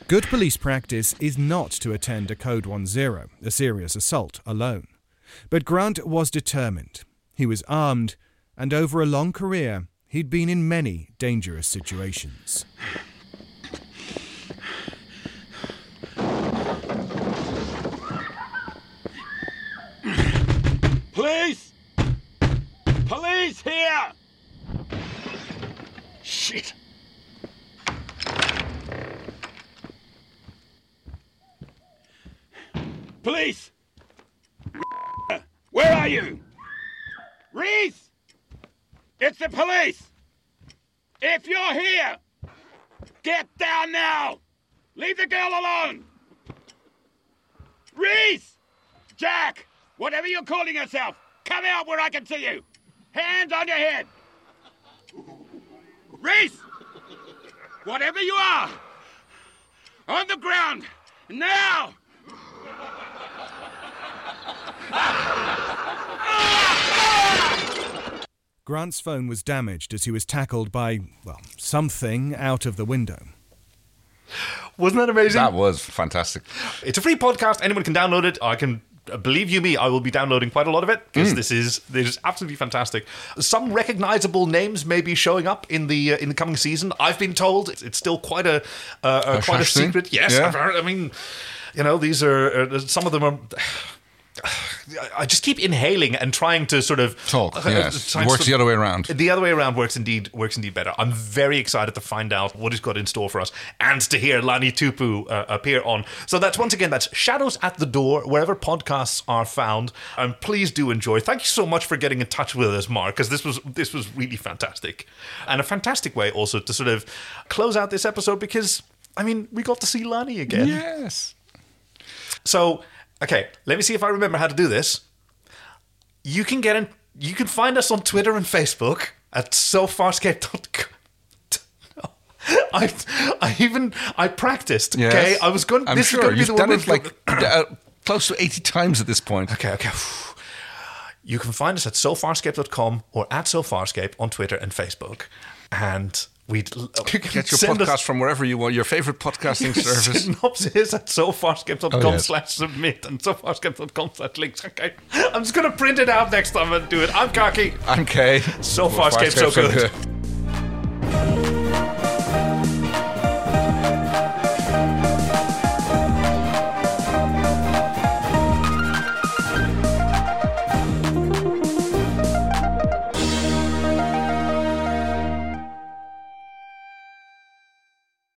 Good police practice is not to attend a Code 10, a serious assault, alone. But Grant was determined. He was armed, and over a long career, he'd been in many dangerous situations.
Police! Police here! Shit! Police! Where are you? Reese! It's the police! If you're here, get down now! Leave the girl alone! Reese! Jack! Whatever you're calling yourself, come out where I can see you! Hands on your head! Reese! Whatever you are! On the ground! Now!
Grant's phone was damaged as he was tackled by, well, something out of the window.
Wasn't that amazing?
That was fantastic.
It's a free podcast. Anyone can download it. I can uh, believe you me. I will be downloading quite a lot of it because
Mm.
this is this is absolutely fantastic. Some recognizable names may be showing up in the uh, in the coming season. I've been told it's, it's still quite a uh, uh,
Hush,
quite a
hush thing?
secret. Yes,
Yeah.
I've heard- I mean, you know, these are uh, some of them are. I just keep inhaling and trying to sort of uh,
Talk, yes.
trying to
Works
sort of-
the other way around.
The other way around works indeed works indeed better. I'm very excited to find out what he's got in store for us and to hear Lani Tupu uh, appear on. So that's once again that's Shadows at the Door wherever podcasts are found. And please do enjoy. Thank you so much for getting in touch with us, Mark, because this was this was really fantastic and a fantastic way also to sort of close out this episode because I mean we got to see Lani again.
Yes.
So, okay, let me see if I remember how to do this. You can get in. You can find us on Twitter and Facebook at sofarscape.com. I, I even I practiced.
Yes.
Okay, I was going.
I'm
this
sure
is going to be
you've
the
done
one
it
where-
like uh, close to 80 times at this point.
Okay, okay. You can find us at sofarscape.com or at sofarscape on Twitter and Facebook, and we'd
Get your
send
podcast
us-
from wherever you want, your favorite podcasting service.
Synopsis at sofarscape.com
Oh, yes.
slash submit and sofarscape.com slash links. Okay. I'm just going to print it out next time and do it. I'm Kaki.
I'm Kay.
So far, Scape's so good.